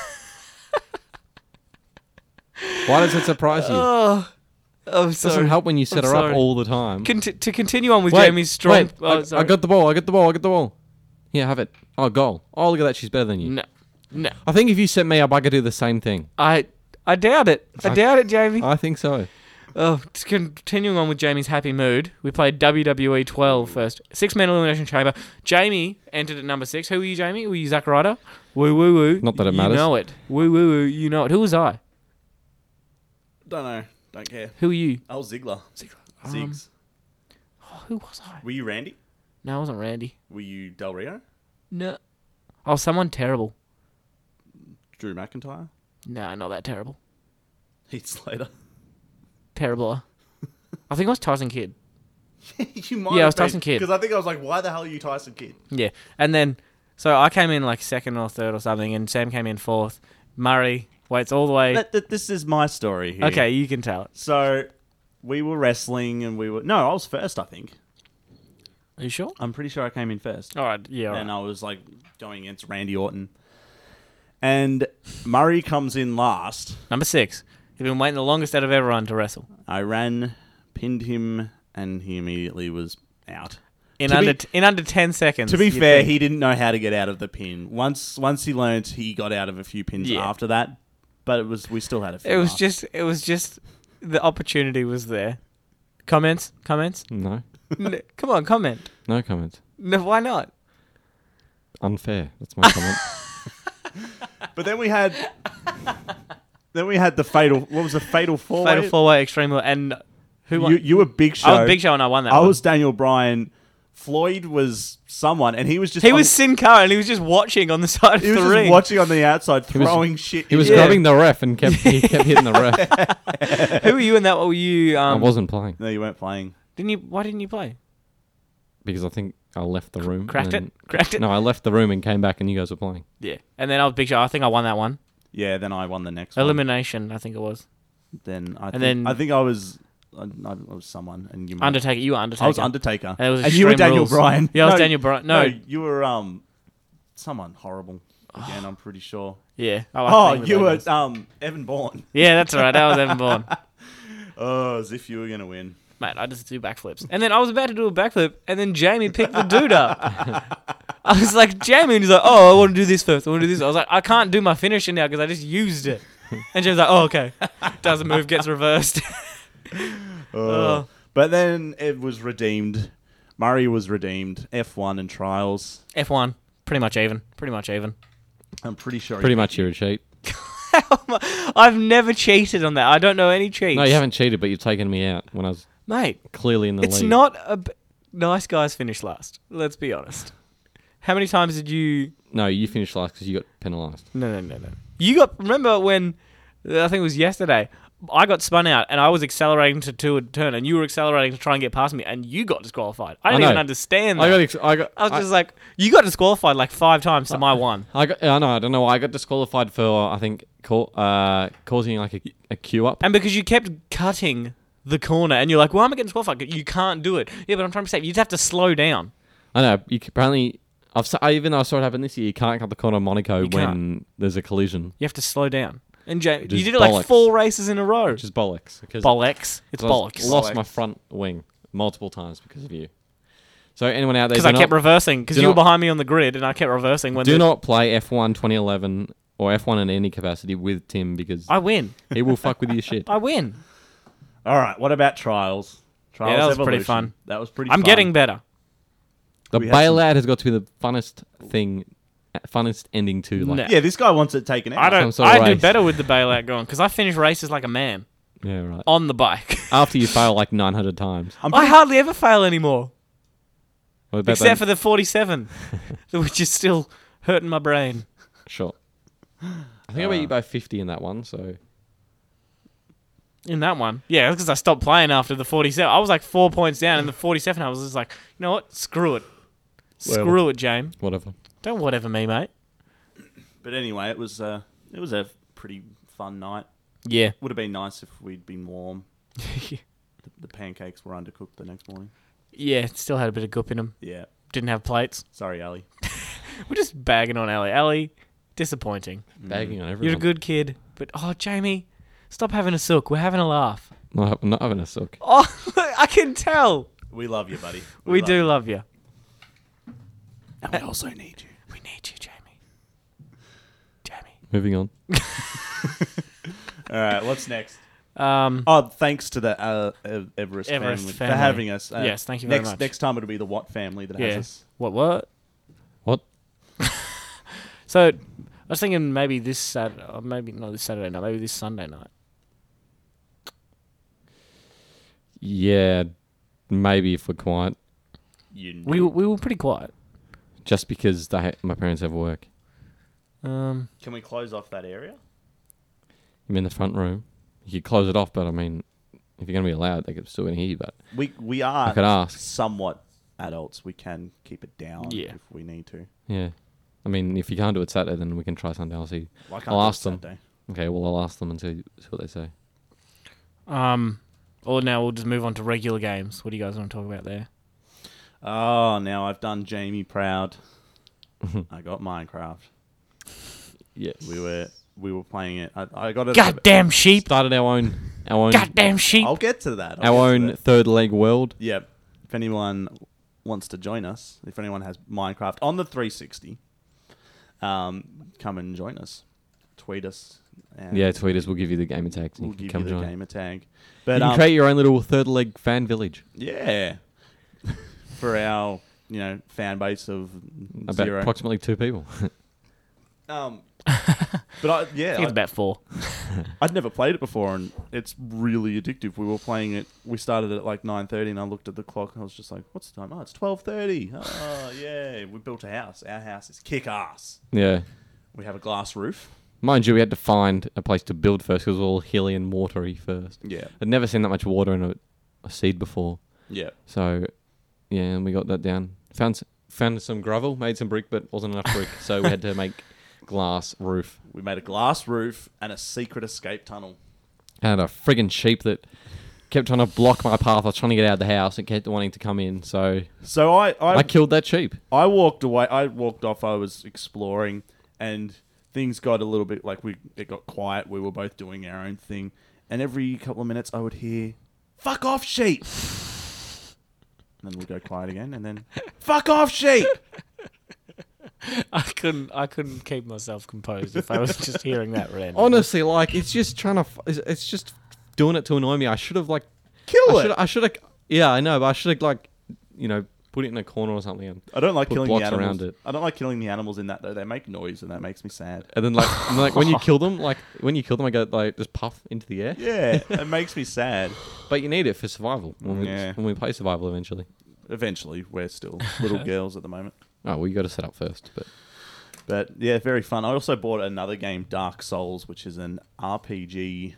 Speaker 1: Why does it surprise you? It
Speaker 3: oh i'm
Speaker 1: doesn't
Speaker 3: sorry
Speaker 1: help when you set
Speaker 3: I'm
Speaker 1: her
Speaker 3: sorry.
Speaker 1: up all the time.
Speaker 3: Conti- to continue on with
Speaker 1: Wait,
Speaker 3: jamie's strong
Speaker 1: wait,
Speaker 3: oh,
Speaker 1: I,
Speaker 3: sorry.
Speaker 1: I got the ball. I got the ball. I got the ball. Yeah, have it. Oh, goal. Oh, look at that. She's better than you.
Speaker 3: no no
Speaker 1: I think if you set me up, I could do the same thing.
Speaker 3: i i doubt it i
Speaker 1: I-
Speaker 3: doubt it jamie
Speaker 1: I think so.
Speaker 3: Oh, just continuing on with Jamie's happy mood, we played WWE 12 first. Six man elimination chamber. Jamie entered at number six. Who were you, Jamie? Were you Zack Ryder? Woo woo woo.
Speaker 1: Not that it
Speaker 3: you
Speaker 1: matters.
Speaker 3: know it. Woo woo woo. You know it. Who was I?
Speaker 2: Don't know. Don't care.
Speaker 3: Who were you?
Speaker 2: Oh, Ziggler. Ziggler.
Speaker 3: Um,
Speaker 2: Ziggs.
Speaker 3: Oh, who was I?
Speaker 2: Were you Randy?
Speaker 3: No, I wasn't Randy.
Speaker 2: Were you Del Rio?
Speaker 3: No. Oh, someone terrible.
Speaker 2: Drew McIntyre?
Speaker 3: No, not that terrible.
Speaker 2: Heath Slater.
Speaker 3: Terrible. I think it was Tyson Kidd.
Speaker 2: you might
Speaker 3: Yeah, it was Tyson Kidd.
Speaker 2: Because I think I was like, why the hell are you Tyson Kidd?
Speaker 3: Yeah, and then so I came in like second or third or something, and Sam came in fourth. Murray waits all the way.
Speaker 2: That, that, this is my story here.
Speaker 3: okay, you can tell it.
Speaker 2: So we were wrestling and we were. No, I was first, I think.
Speaker 3: Are you sure?
Speaker 2: I'm pretty sure I came in first.
Speaker 3: All right. Yeah. all right.
Speaker 2: and I was like going against Randy Orton. And Murray comes in last.
Speaker 3: Number six. He's been waiting the longest out of everyone to wrestle.
Speaker 2: I ran, pinned him, and he immediately was out.
Speaker 3: in
Speaker 2: To be-
Speaker 3: under in under ten seconds.
Speaker 2: To be
Speaker 3: you'd
Speaker 2: fair,
Speaker 3: think.
Speaker 2: he didn't know how to get out of the pin. Once once he learnt, he got out of a few pins
Speaker 3: Yeah.
Speaker 2: after that. But it was we still had a few.
Speaker 3: it was
Speaker 2: after.
Speaker 3: just it was just the opportunity was there. Comments, comments.
Speaker 1: No,
Speaker 3: N- Come on, comment.
Speaker 1: no comment.
Speaker 3: No, why not?
Speaker 1: Unfair. That's my comment.
Speaker 2: But then we had then we had the fatal. What was the fatal four?
Speaker 3: Fatal four way extreme War- and who won?
Speaker 2: You, you were Big Show.
Speaker 3: I was Big Show and I won that.
Speaker 2: I
Speaker 3: one.
Speaker 2: was Daniel Bryan. Floyd was someone, and he was just
Speaker 3: He
Speaker 2: on-
Speaker 3: was Sin Cara and he was just watching on the side of
Speaker 2: he
Speaker 3: the
Speaker 2: was just
Speaker 3: ring.
Speaker 2: watching on the outside,
Speaker 1: was-
Speaker 2: throwing shit.
Speaker 1: He was
Speaker 3: Yeah. Um,
Speaker 1: grabbing the ref and kept he kept hitting the ref.
Speaker 3: Who were you in that? Were you?
Speaker 1: I
Speaker 3: Um,
Speaker 1: wasn't playing
Speaker 2: No, you weren't playing.
Speaker 3: Didn't you? Why didn't you play?
Speaker 1: because I think I left the
Speaker 2: Mm,
Speaker 1: room.
Speaker 3: Cracked
Speaker 1: and
Speaker 3: it. Cracked it.
Speaker 1: No, I left the room and came back, and you guys were playing.
Speaker 3: Yeah. And then I was Big Show. I think I won that one.
Speaker 2: Yeah, then I won the next one.
Speaker 3: Elimination. I think it was
Speaker 2: Then I
Speaker 3: And
Speaker 2: think,
Speaker 3: then-
Speaker 2: I think I was I, I was someone, and you might,
Speaker 3: Undertaker. You were Undertaker.
Speaker 2: I was Undertaker,
Speaker 3: And it was
Speaker 2: you were
Speaker 3: Extreme
Speaker 2: Daniel
Speaker 3: Rules.
Speaker 2: Bryan.
Speaker 3: Yeah, I was Daniel Bryan. No.
Speaker 2: you were um someone horrible. Again, I'm pretty sure.
Speaker 3: Yeah.
Speaker 2: Oh,
Speaker 3: I think
Speaker 2: you
Speaker 3: that
Speaker 2: were
Speaker 3: was-
Speaker 2: um Evan Bourne.
Speaker 3: Yeah, that's right. That was Evan Bourne.
Speaker 2: Oh, as if you were gonna win.
Speaker 3: Mate, I just do backflips. And then I was about to do a backflip, and then Jamie picked the dude up. I was like, Jamie, and he's like, oh, I want to do this first. I want to do this. I was like, I can't do my finisher now because I just used it. And Jamie's like, oh, okay. Does a move, gets reversed.
Speaker 2: Oh. But then it was redeemed. Murray was redeemed. F1 and trials.
Speaker 3: F1, pretty much even. Pretty much even.
Speaker 2: I'm pretty sure. he-
Speaker 1: Pretty much, you're a cheat.
Speaker 3: I've never cheated on that. I don't know any cheats.
Speaker 1: No, you haven't cheated, but you've taken me out when I was
Speaker 3: Mate,
Speaker 1: clearly in the
Speaker 3: it's
Speaker 1: lead.
Speaker 3: not a. B- nice guys finish last. Let's be honest. How many times did you
Speaker 1: No, you finished last because you got penalised.
Speaker 3: No, no, no, no. You got remember when I think it was yesterday. I got spun out and I was accelerating to two a turn, and you were accelerating to try and get past me, and you got disqualified. I
Speaker 1: I
Speaker 3: didn't even
Speaker 1: know.
Speaker 3: understand that.
Speaker 1: I
Speaker 3: I,
Speaker 1: got, ex- I got,
Speaker 3: was just like, you got disqualified like five times to my one.
Speaker 1: I got, I know, I don't know. why I got disqualified for, I think, ca- uh, causing like a, a queue up.
Speaker 3: And because you kept cutting the corner, and you're like, well, I'm getting disqualified. You can't do it. Yeah, but I'm trying to save. You just have to slow down.
Speaker 1: I know. You c- apparently, I've s- I, even though I saw it happen this year, you can't cut the corner of Monaco
Speaker 3: You
Speaker 1: when
Speaker 3: can't.
Speaker 1: there's a collision,
Speaker 3: You have to slow down. And Jay,
Speaker 1: Which
Speaker 3: you
Speaker 1: is
Speaker 3: did it like
Speaker 1: bollocks.
Speaker 3: four races in a row.
Speaker 1: which is bollocks. Because
Speaker 3: bollocks. It's
Speaker 1: I was-
Speaker 3: bollocks.
Speaker 1: Lost my front wing multiple times because of you. So anyone out there,
Speaker 3: Because
Speaker 1: do
Speaker 3: I kept
Speaker 1: not,
Speaker 3: reversing. Because
Speaker 1: do
Speaker 3: you were
Speaker 1: not-
Speaker 3: behind me on the grid, and I kept reversing when
Speaker 1: do
Speaker 3: the-
Speaker 1: not play F1 2011 or F1 in any capacity with Tim because
Speaker 3: I win.
Speaker 1: he will fuck with your shit.
Speaker 3: I win.
Speaker 2: All right. What about trials? Trials.
Speaker 3: that was pretty
Speaker 2: Evolution.
Speaker 3: fun.
Speaker 2: That was pretty.
Speaker 3: I'm
Speaker 2: fun.
Speaker 3: getting better.
Speaker 1: The
Speaker 2: We had some-
Speaker 1: bailout has got to be the funnest thing, funnest ending to like.
Speaker 3: No.
Speaker 2: Yeah, this guy wants it taken out.
Speaker 3: I
Speaker 1: Some
Speaker 3: don't.
Speaker 1: sort of
Speaker 3: I do
Speaker 1: race.
Speaker 3: better with the bailout going because I finish races like a man
Speaker 1: Yeah, right.
Speaker 3: on the bike.
Speaker 1: After you fail like 900 times.
Speaker 2: I'm
Speaker 3: I
Speaker 2: pretty,
Speaker 3: hardly ever fail anymore,
Speaker 1: What about
Speaker 3: except for
Speaker 1: that?
Speaker 3: the 47, which is still hurting my brain.
Speaker 1: Sure. I think I
Speaker 2: Uh.
Speaker 1: beat you by 50 in that one, so.
Speaker 3: In that one, yeah, because I stopped playing after the 47. I was like four points down in the 47. I was just like, you know what? Screw it. Screw it, James.
Speaker 1: Whatever.
Speaker 2: Mm.
Speaker 3: Don't whatever me, mate.
Speaker 2: but anyway, it was uh, it was a pretty fun night.
Speaker 3: Yeah.
Speaker 2: Would have been nice if we'd been warm. The, the pancakes were undercooked the next morning.
Speaker 3: yeah, still had a bit of goop in them.
Speaker 2: Yeah.
Speaker 3: Didn't have plates.
Speaker 2: Sorry, Ali.
Speaker 3: We're just bagging on Ellie. Ellie, disappointing.
Speaker 1: Bagging on everyone.
Speaker 3: You're a good kid, but oh, Jamie, stop having a sook. We're having a laugh.
Speaker 1: Not, I'm not having a suck.
Speaker 3: Oh, I can tell.
Speaker 2: We love you, buddy.
Speaker 3: We, do
Speaker 2: you.
Speaker 3: love you.
Speaker 2: And we also need you.
Speaker 3: We need you, Jamie. Jamie.
Speaker 1: Moving on.
Speaker 2: All right. What's next?
Speaker 3: Um,
Speaker 2: Oh, thanks to the uh, Ev- Everest,
Speaker 3: Everest
Speaker 2: family,
Speaker 3: family.
Speaker 2: for having us. Uh,
Speaker 3: Yes, thank you very
Speaker 2: next,
Speaker 3: much.
Speaker 2: Next time it'll be the Watt family that has
Speaker 3: Yeah.
Speaker 2: us.
Speaker 3: what? What?
Speaker 1: What?
Speaker 3: So, I was thinking maybe this Saturday, or maybe not this Saturday night, maybe this Sunday night.
Speaker 1: Yeah, maybe if we're quiet.
Speaker 2: You
Speaker 3: We were- we were pretty quiet.
Speaker 1: Just because they ha- my parents have work.
Speaker 3: Um,
Speaker 2: Can we close off that area?
Speaker 1: I mean, the front room. You could close it off, but I mean, if you're going to be allowed, they could still in here. But
Speaker 2: We we
Speaker 1: I could
Speaker 2: are
Speaker 1: ask.
Speaker 2: somewhat adults. We can keep it down
Speaker 3: Yeah.
Speaker 2: if we need to.
Speaker 1: Yeah. I mean, if you can't do it Saturday, then we can try Sunday. I'll see.
Speaker 2: Well, I can't
Speaker 1: I'll
Speaker 2: do it
Speaker 1: ask them.
Speaker 2: Saturday.
Speaker 1: Okay, well, I'll ask them and see, see what they say.
Speaker 3: um, or now we'll just move on to regular games. What do you guys want to talk about there?
Speaker 2: Oh, now I've done Jamie proud. I got Minecraft.
Speaker 1: Yes.
Speaker 2: We were we were playing it. I, I got it.
Speaker 3: Goddamn sheep!
Speaker 1: started our own, our own,
Speaker 3: Goddamn sheep!
Speaker 2: I'll get to that. I'll
Speaker 1: our
Speaker 2: get to
Speaker 1: own
Speaker 2: that.
Speaker 1: third leg world.
Speaker 2: Yeah. If anyone wants to join us, if anyone has Minecraft on the 360, um, come and join us. Tweet us. And
Speaker 1: Yeah, tweet us. We'll give you the gamer tags. and
Speaker 2: We'll
Speaker 1: you can
Speaker 2: give
Speaker 1: come
Speaker 2: you the
Speaker 1: join.
Speaker 2: gamer tag.
Speaker 1: you
Speaker 2: But
Speaker 1: can
Speaker 2: um,
Speaker 1: create your own little third leg fan village.
Speaker 2: yeah, for our you know fan base of
Speaker 1: About
Speaker 2: zero.
Speaker 1: approximately two people.
Speaker 2: um, but I,
Speaker 3: I
Speaker 2: yeah,
Speaker 3: think it's
Speaker 2: I,
Speaker 3: about four.
Speaker 2: I'd never played it before, and it's really addictive. We were playing it. We started at like nine thirty, and I looked at the clock, and I was just like, "What's the time? Oh, it's twelve thirty. Oh, yeah, we built a house. Our house is kick ass.
Speaker 1: yeah.
Speaker 2: We have a glass roof.
Speaker 1: Mind you, we had to find a place to build first because it was all hilly and watery first.
Speaker 2: Yeah,
Speaker 1: I'd never seen that much water in a, a seed before.
Speaker 2: yeah.
Speaker 1: So, yeah, and we got that down. Found s- found some gravel, made some brick, but wasn't enough brick, so we had to make glass roof.
Speaker 2: We made a glass roof and a secret escape tunnel.
Speaker 1: And a friggin' sheep that kept trying to block my path. I was trying to get out of the house and kept wanting to come in, so
Speaker 2: So I, I,
Speaker 1: I killed that sheep.
Speaker 2: I walked away. I walked off. I was exploring, and things got a little bit like we. It got quiet. We were both doing our own thing, and every couple of minutes, I would hear, "Fuck off, sheep." And then we'll go quiet again, and then, "Fuck off, sheep."
Speaker 3: I couldn't. I couldn't keep myself composed if I was just hearing that randomly.
Speaker 1: Honestly, like it's just trying to, f- it's, it's just doing it to annoy me. I should have like
Speaker 2: Kill
Speaker 1: I
Speaker 2: it.
Speaker 1: should I should have yeah I know, but I should have like you know put it in a corner or something. And,
Speaker 2: I don't like
Speaker 1: put
Speaker 2: killing the
Speaker 1: blocks around
Speaker 2: animals.
Speaker 1: it.
Speaker 2: I don't like killing the animals in that though. They make noise, and that makes me sad.
Speaker 1: and then like and, like when you kill them, like when you kill them, I go like just puff into the air.
Speaker 2: Yeah, it makes me sad.
Speaker 1: But you need it for survival when we
Speaker 2: Yeah.
Speaker 1: when we play survival eventually.
Speaker 2: Eventually, we're still little girls at the moment.
Speaker 1: Oh well, you got to set up first. But
Speaker 2: But yeah, very fun. I also bought another game, Dark Souls, which is an RPG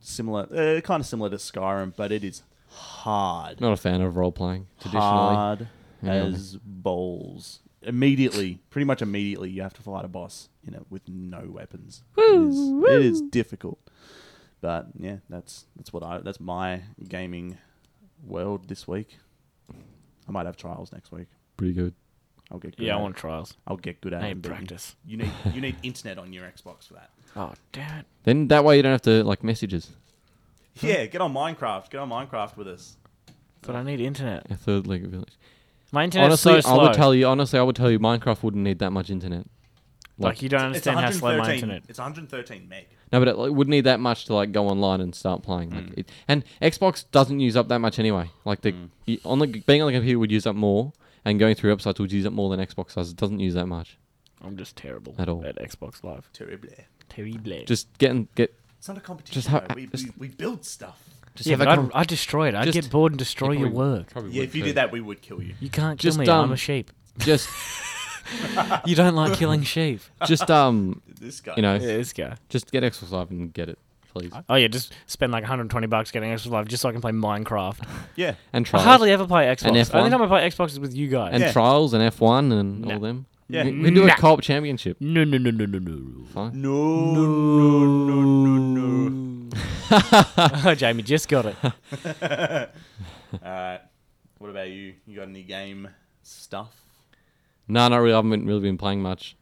Speaker 2: similar, uh, kind of similar to Skyrim, but it is hard.
Speaker 1: not a fan of role playing traditionally.
Speaker 2: hard
Speaker 1: Yeah.
Speaker 2: as balls. Immediately, pretty much immediately, you have to fight a boss, you know, with no weapons. it, is, it is difficult. But yeah, that's that's what I that's my gaming world this week. I might have trials next week.
Speaker 1: Pretty good.
Speaker 2: I'll get good
Speaker 3: Yeah,
Speaker 2: at
Speaker 3: I
Speaker 2: it.
Speaker 3: want trials.
Speaker 2: I'll get good at
Speaker 3: I
Speaker 2: it.
Speaker 3: need
Speaker 2: but you-
Speaker 3: practice.
Speaker 2: You need you need internet on your Xbox for that.
Speaker 3: Oh damn it!
Speaker 1: Then that way you don't have to like messages.
Speaker 2: Yeah, get on Minecraft. Get on Minecraft with us.
Speaker 3: But I need internet.
Speaker 1: A third leg of village.
Speaker 3: My internet's
Speaker 1: Honestly,
Speaker 3: so
Speaker 1: I
Speaker 3: slow.
Speaker 1: would tell you. Honestly, I would tell you, Minecraft wouldn't need that much internet.
Speaker 3: like you don't understand how slow my internet.
Speaker 2: It's 113 meg.
Speaker 1: No, but it like, would need that much to like go online and start playing. Like,
Speaker 2: Mm.
Speaker 1: it, and Xbox doesn't use up that much anyway. Like the y on the being on the computer would use up more, and going through websites would use up more than Xbox does. It doesn't use that much.
Speaker 3: I'm just terrible
Speaker 1: At all.
Speaker 3: at Xbox Live.
Speaker 2: Terrible.
Speaker 3: Terrible.
Speaker 1: Just getting get
Speaker 2: It's not a competition.
Speaker 1: Just how-
Speaker 2: though. we,
Speaker 1: just-
Speaker 2: we, we build stuff.
Speaker 1: just
Speaker 3: yeah,
Speaker 1: have a
Speaker 3: but I'd,
Speaker 1: con-
Speaker 3: I'd destroy it. I'd
Speaker 1: just-
Speaker 3: get bored and destroy your
Speaker 1: probably-
Speaker 3: work.
Speaker 1: probably
Speaker 2: Yeah,
Speaker 1: would
Speaker 2: if you
Speaker 1: too.
Speaker 2: did that, we would kill you.
Speaker 3: You can't
Speaker 1: Just,
Speaker 3: kill me.
Speaker 1: um,
Speaker 3: I'm a sheep.
Speaker 1: just
Speaker 3: You don't like killing sheep.
Speaker 1: just um
Speaker 2: This guy.
Speaker 1: you know
Speaker 3: Yeah, this guy.
Speaker 1: just get Xbox Live and get it, please,
Speaker 3: Oh yeah, just spend like 120 bucks getting Xbox Live just so I can play Minecraft.
Speaker 2: Yeah.
Speaker 1: and
Speaker 3: I
Speaker 1: trials
Speaker 3: hardly ever play Xbox. The
Speaker 1: F1?
Speaker 3: only time I play Xbox is with you guys.
Speaker 1: and
Speaker 2: Yeah.
Speaker 1: trials and F one and
Speaker 3: Nah.
Speaker 1: all them.
Speaker 2: Yeah.
Speaker 1: we we can do
Speaker 3: Nah.
Speaker 1: a co-op championship.
Speaker 3: no, no, no, no, no, no.
Speaker 1: Fine.
Speaker 2: No, no, no, no, no.
Speaker 3: oh, Jamie just got it.
Speaker 2: All right. What about you? You got any game stuff?
Speaker 1: No, not really. I haven't really been playing much,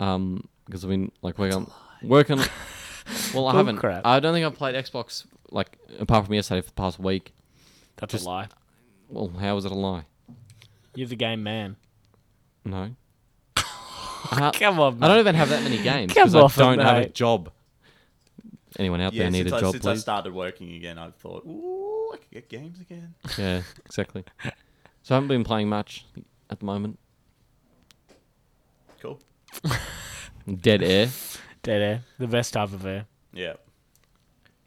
Speaker 1: um, because I've been like working, working. well, I
Speaker 3: Bull
Speaker 1: haven't.
Speaker 3: Oh, crap.
Speaker 1: I don't think I've played Xbox like apart from yesterday for the past week.
Speaker 3: That's
Speaker 1: Just-
Speaker 3: a lie.
Speaker 1: Well, how is it a lie?
Speaker 3: You're the game man.
Speaker 1: No. I,
Speaker 3: Come on,
Speaker 1: I
Speaker 3: man.
Speaker 1: don't even have that many games
Speaker 3: Come
Speaker 1: because I
Speaker 3: off it,
Speaker 1: don't have a
Speaker 3: mate.
Speaker 1: job. Anyone out there need
Speaker 2: since,
Speaker 1: a
Speaker 2: I,
Speaker 1: job,
Speaker 2: since I
Speaker 1: please?
Speaker 2: started working again, I've thought, ooh, I could get games again.
Speaker 1: yeah, exactly. So I haven't been playing much at the moment.
Speaker 2: Cool.
Speaker 1: Dead air.
Speaker 3: Dead air. The best type of air.
Speaker 2: Yeah.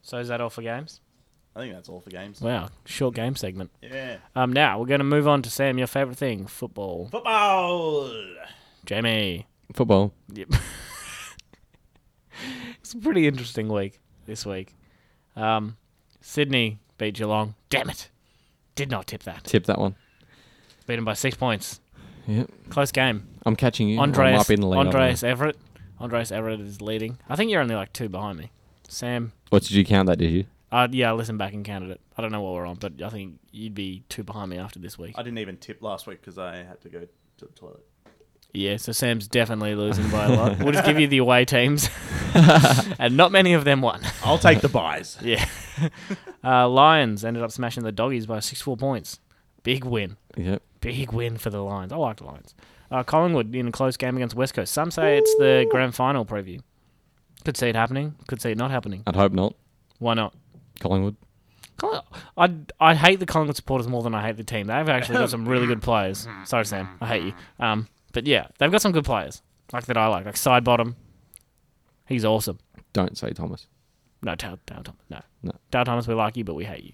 Speaker 3: So is that all for games?
Speaker 2: I think that's all for games.
Speaker 3: Wow, short game segment.
Speaker 2: Yeah.
Speaker 3: Um, now we're going to move on to Sam, your favorite thing, football.
Speaker 2: Football.
Speaker 3: Jamie.
Speaker 1: Football.
Speaker 3: Yep. it's a pretty interesting week this week. Um, Sydney beat Geelong. Damn it. Did not tip that.
Speaker 1: Tip that one.
Speaker 3: Beat him by six points.
Speaker 1: Yep.
Speaker 3: Close game.
Speaker 1: I'm catching you. I'm
Speaker 3: Andreas,
Speaker 1: up in the lead. aren't I?
Speaker 3: Andreas Everett. Andreas Everett is leading. I think you're only like two behind me. Sam,
Speaker 1: What did you count that? Did you?
Speaker 3: uh, yeah, I listened back and counted it. I don't know what we're on, but I think you'd be two behind me after this week.
Speaker 2: I didn't even tip last week because I had to go to the toilet.
Speaker 3: Yeah, so Sam's definitely losing by a lot. we'll just give you the away teams, and not many of them won.
Speaker 2: I'll take the buys.
Speaker 3: Yeah, uh, Lions ended up smashing the doggies by six four points. Big win,
Speaker 1: Yep.
Speaker 3: big win for the Lions. I like the Lions. Uh, Collingwood in a close game against West Coast. Some say it's the grand final preview. Could see it happening. Could see it not happening.
Speaker 1: I'd hope not.
Speaker 3: Why not?
Speaker 1: Collingwood.
Speaker 3: Colli- I'd, I'd hate the Collingwood supporters more than I hate the team. They've actually got some really good players. Sorry, Sam. I hate you. Um, but yeah, they've got some good players like that I like, like side bottom. He's awesome.
Speaker 1: Don't say Thomas.
Speaker 3: No, Dale, Dale Thomas. No,
Speaker 1: No.
Speaker 3: Dale Thomas. We like you, but we hate you.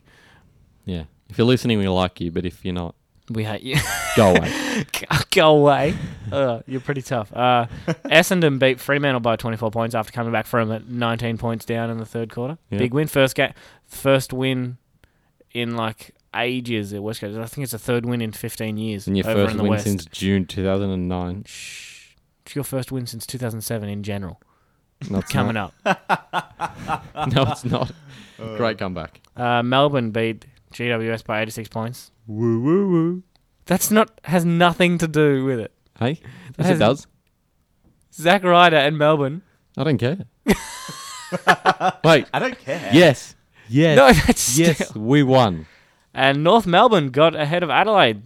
Speaker 1: Yeah. If you're listening, we like you, but if you're not,
Speaker 3: We hate you.
Speaker 1: go away.
Speaker 3: Go away. Uh, you're pretty tough. Uh, Essendon beat Fremantle by 24 points after coming back from it 19 points down in the third quarter.
Speaker 1: Yeah.
Speaker 3: Big win. First game. First win in like ages at West Coast. I think it's the third win in 15 years.
Speaker 1: And your
Speaker 3: over
Speaker 1: first
Speaker 3: in the
Speaker 1: win
Speaker 3: West.
Speaker 1: since June 2009.
Speaker 3: Shh. It's your first win since 2007 in general.
Speaker 1: No, it's
Speaker 3: Coming
Speaker 1: not.
Speaker 3: up.
Speaker 1: No, it's not. Great comeback.
Speaker 3: Uh, Melbourne beat GWS by 86 points. Woo woo woo. That's not has nothing to do with it.
Speaker 1: Hey, yes, it
Speaker 3: Hasn't-
Speaker 1: does.
Speaker 3: Zach Ryder and Melbourne.
Speaker 1: I don't care. Wait.
Speaker 2: I don't care.
Speaker 1: Yes. Yes.
Speaker 3: No, that's still-
Speaker 1: yes. We won.
Speaker 3: And North Melbourne got ahead of Adelaide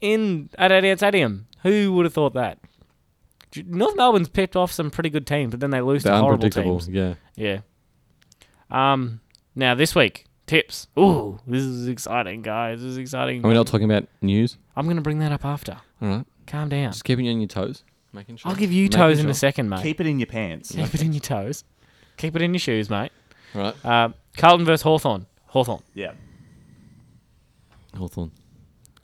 Speaker 3: in at Etihad Stadium. Who would have thought that? J- North Melbourne's picked off some pretty good teams, but then they lose
Speaker 1: They're
Speaker 3: to horrible
Speaker 1: unpredictable.
Speaker 3: teams.
Speaker 1: Yeah.
Speaker 3: Yeah. Um. Now this week tips. Ooh, this is exciting, guys. This is exciting.
Speaker 1: Are we not talking about news?
Speaker 3: I'm gonna bring that up after.
Speaker 1: All right.
Speaker 3: Calm down.
Speaker 1: Just keeping you on your toes. Making sure.
Speaker 3: I'll give you
Speaker 1: Making
Speaker 3: toes in
Speaker 1: sure.
Speaker 3: a second, mate. Keep,
Speaker 2: Keep it in your pants.
Speaker 3: it in your toes. Keep it in your shoes, mate.
Speaker 1: All right.
Speaker 3: Uh, Carlton versus Hawthorn. Hawthorn.
Speaker 2: Yeah.
Speaker 1: Hawthorne.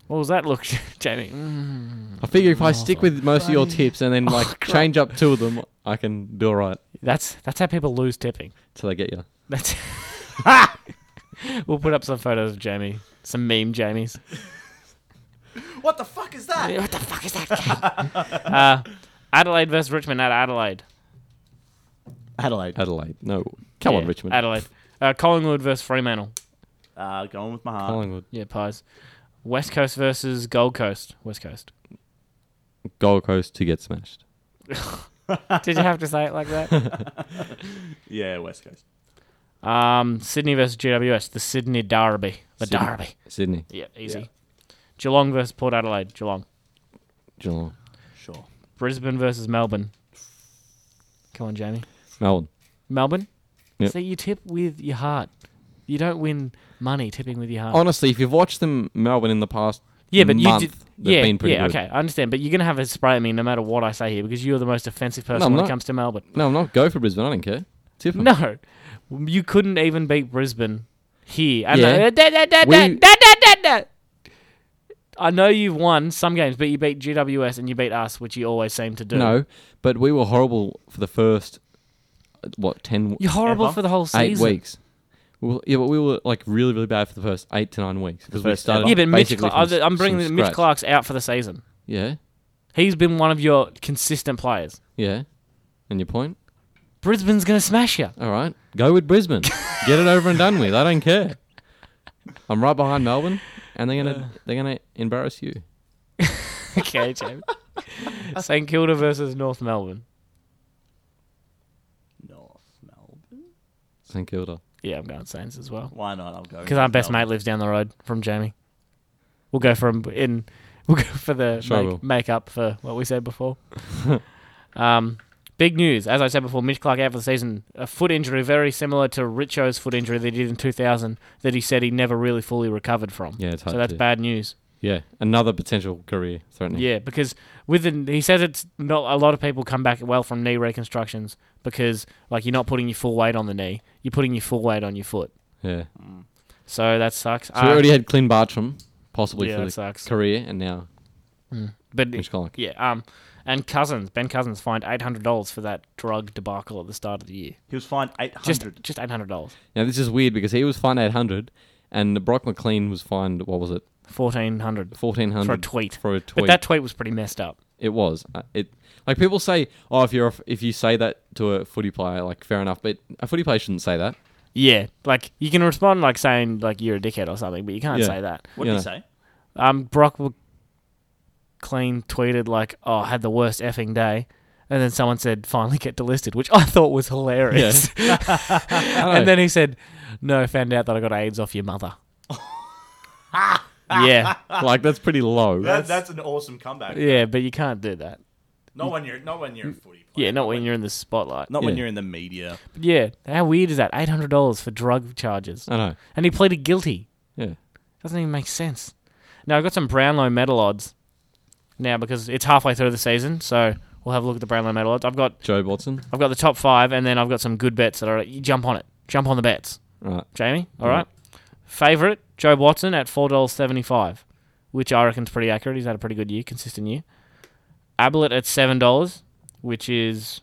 Speaker 3: What was that look, Jamie?
Speaker 1: I figure
Speaker 3: Oh,
Speaker 1: if I stick with most of your tips and then like change up two of them, I can do all right
Speaker 3: That's that's how people lose tipping.
Speaker 1: till I get you.
Speaker 3: That's. we'll put up some photos of Jamie, some meme Jamies.
Speaker 2: What the fuck is that?
Speaker 3: what the fuck is that? uh, Adelaide versus Richmond at Adelaide.
Speaker 2: Adelaide.
Speaker 1: Adelaide. No. Come on,
Speaker 3: Yeah,
Speaker 1: Richmond.
Speaker 3: Adelaide. Uh, Collingwood versus Fremantle.
Speaker 2: Uh, going with my heart.
Speaker 1: Collingwood.
Speaker 3: Yeah, pies. West Coast versus Gold Coast. West Coast.
Speaker 1: Gold Coast to get smashed.
Speaker 3: Did you have to say it like that?
Speaker 2: Yeah, West Coast.
Speaker 3: um, Sydney versus GWS. The Sydney Derby. The
Speaker 1: Sydney.
Speaker 3: Derby.
Speaker 1: Sydney.
Speaker 3: Yeah, easy. Geelong versus Port Adelaide. Geelong.
Speaker 1: Geelong.
Speaker 2: Sure.
Speaker 3: Brisbane versus Melbourne. Come on, Jamie.
Speaker 1: Melbourne.
Speaker 3: Melbourne.
Speaker 1: Yep.
Speaker 3: So you tip with your heart. You don't win money tipping with your heart.
Speaker 1: Honestly, if you've watched them Melbourne in the past
Speaker 3: Ah. yeah, but
Speaker 1: month,
Speaker 3: you did.
Speaker 1: they've
Speaker 3: Yeah,
Speaker 1: been pretty
Speaker 3: yeah,
Speaker 1: good.
Speaker 3: okay, I understand. But you're gonna have a spray at me no matter what I say here because you're the most offensive person
Speaker 1: No, I'm
Speaker 3: when it
Speaker 1: not.
Speaker 3: comes to Melbourne.
Speaker 1: No, I'm not go for Brisbane. I don't care. Tip 'em.
Speaker 3: No, you couldn't even beat Brisbane here. And
Speaker 1: Yeah.
Speaker 3: uh, da- da- da- da-
Speaker 1: We-
Speaker 3: da- da- da- da. I know you've won some games, but you beat GWS and you beat us, which you always seem to do.
Speaker 1: No, but we were horrible for the first uh, what ten
Speaker 3: you're horrible
Speaker 2: Ever?
Speaker 3: for the whole
Speaker 1: eight
Speaker 3: season.
Speaker 1: weeks. We were, yeah, but we were like really, really bad for the first eight to nine weeks because we
Speaker 2: first
Speaker 1: started.
Speaker 2: ever.
Speaker 3: Yeah, but Mitch,
Speaker 1: basically
Speaker 3: Cla-
Speaker 1: from s-
Speaker 3: I'm bringing
Speaker 1: from
Speaker 3: Mitch
Speaker 1: scratch.
Speaker 3: Clark's out for the season.
Speaker 1: Yeah,
Speaker 3: He's been one of your consistent players.
Speaker 1: yeah. And your point?
Speaker 3: Brisbane's gonna smash you.
Speaker 1: All right, go with Brisbane. Get it over and done with. I don't care. I'm right behind Melbourne, and they're gonna they're gonna embarrass you.
Speaker 3: okay, Jamie. St Kilda versus North Melbourne.
Speaker 2: North Melbourne.
Speaker 1: St Kilda.
Speaker 3: Yeah, I'm going Saints as well
Speaker 2: Why not? I'll go.
Speaker 3: because our best mate lives down the road from Jamie. We'll go from in. We'll go for the
Speaker 1: Sure will.
Speaker 3: make, make up for what we said before. um, big news, as I said before, Mitch Clark out for the season. A foot injury very similar to Richo's foot injury that he did in 2000 that he said he never really fully recovered from.
Speaker 1: Yeah, it's hard
Speaker 3: so that's
Speaker 1: to-
Speaker 3: bad news.
Speaker 1: Yeah, another potential career threatening.
Speaker 3: Yeah, because with the, he says it's not a lot of people come back well from knee reconstructions because like you're not putting your full weight on the knee, you're putting your full weight on your foot.
Speaker 1: yeah.
Speaker 3: So that sucks. Um,
Speaker 1: So we already had Clint Bartram possibly
Speaker 3: yeah,
Speaker 1: for
Speaker 3: that
Speaker 1: the
Speaker 3: sucks.
Speaker 1: career, and now
Speaker 3: But
Speaker 1: Which comic?
Speaker 3: yeah, um, and Cousins, Ben Cousins, fined eight hundred dollars for that drug debacle at the start of the year.
Speaker 2: He was fined eight
Speaker 3: Just
Speaker 2: hundred.
Speaker 3: just eight hundred dollars,
Speaker 1: Now this is weird because he was fined eight hundred, and Brock McLean was fined what was it,
Speaker 3: fourteen hundred
Speaker 1: fourteen hundred
Speaker 3: for a tweet.
Speaker 1: For a tweet,
Speaker 3: But that tweet was pretty messed up.
Speaker 1: it was. Uh, It like people say, oh, if you're a f- if you say that to a footy player, like fair enough, but a footy player shouldn't say that.
Speaker 3: Yeah, like you can respond like saying like you're a dickhead or something, but you can't
Speaker 1: Yeah.
Speaker 3: say that.
Speaker 2: What did
Speaker 1: Yeah.
Speaker 2: he say?
Speaker 3: Um, Brock McLean tweeted like, "Oh, I had the worst effing day," and then someone said, "Finally get delisted," which I thought was hilarious.
Speaker 1: know.
Speaker 3: and then he said, "No, found out that I got AIDS off your mother." yeah,
Speaker 1: like that's pretty low.
Speaker 2: That, that's an awesome comeback.
Speaker 3: yeah, but you can't do that.
Speaker 2: Not when you're not when you're a footy player.
Speaker 3: Yeah, not when you're in the spotlight.
Speaker 2: not when
Speaker 1: Yeah.
Speaker 2: you're in the media.
Speaker 3: But yeah, how weird is that? Eight hundred dollars for drug charges,
Speaker 1: I know.
Speaker 3: and he pleaded guilty.
Speaker 1: Yeah.
Speaker 3: Doesn't even make sense. Now I've got some Brownlow medal odds now because it's halfway through the season, so we'll have a look at the Brownlow medal odds. I've got
Speaker 1: Joe Watson.
Speaker 3: I've got the top five, and then I've got some good bets that are you jump on it, jump on the bets,
Speaker 1: Right.
Speaker 3: Jamie. All
Speaker 1: Mm.
Speaker 3: right. Favorite Joe Watson at four dollars seventy five, which I reckon's pretty accurate. He's had a pretty good year, consistent year. Ablett at seven dollars, which is,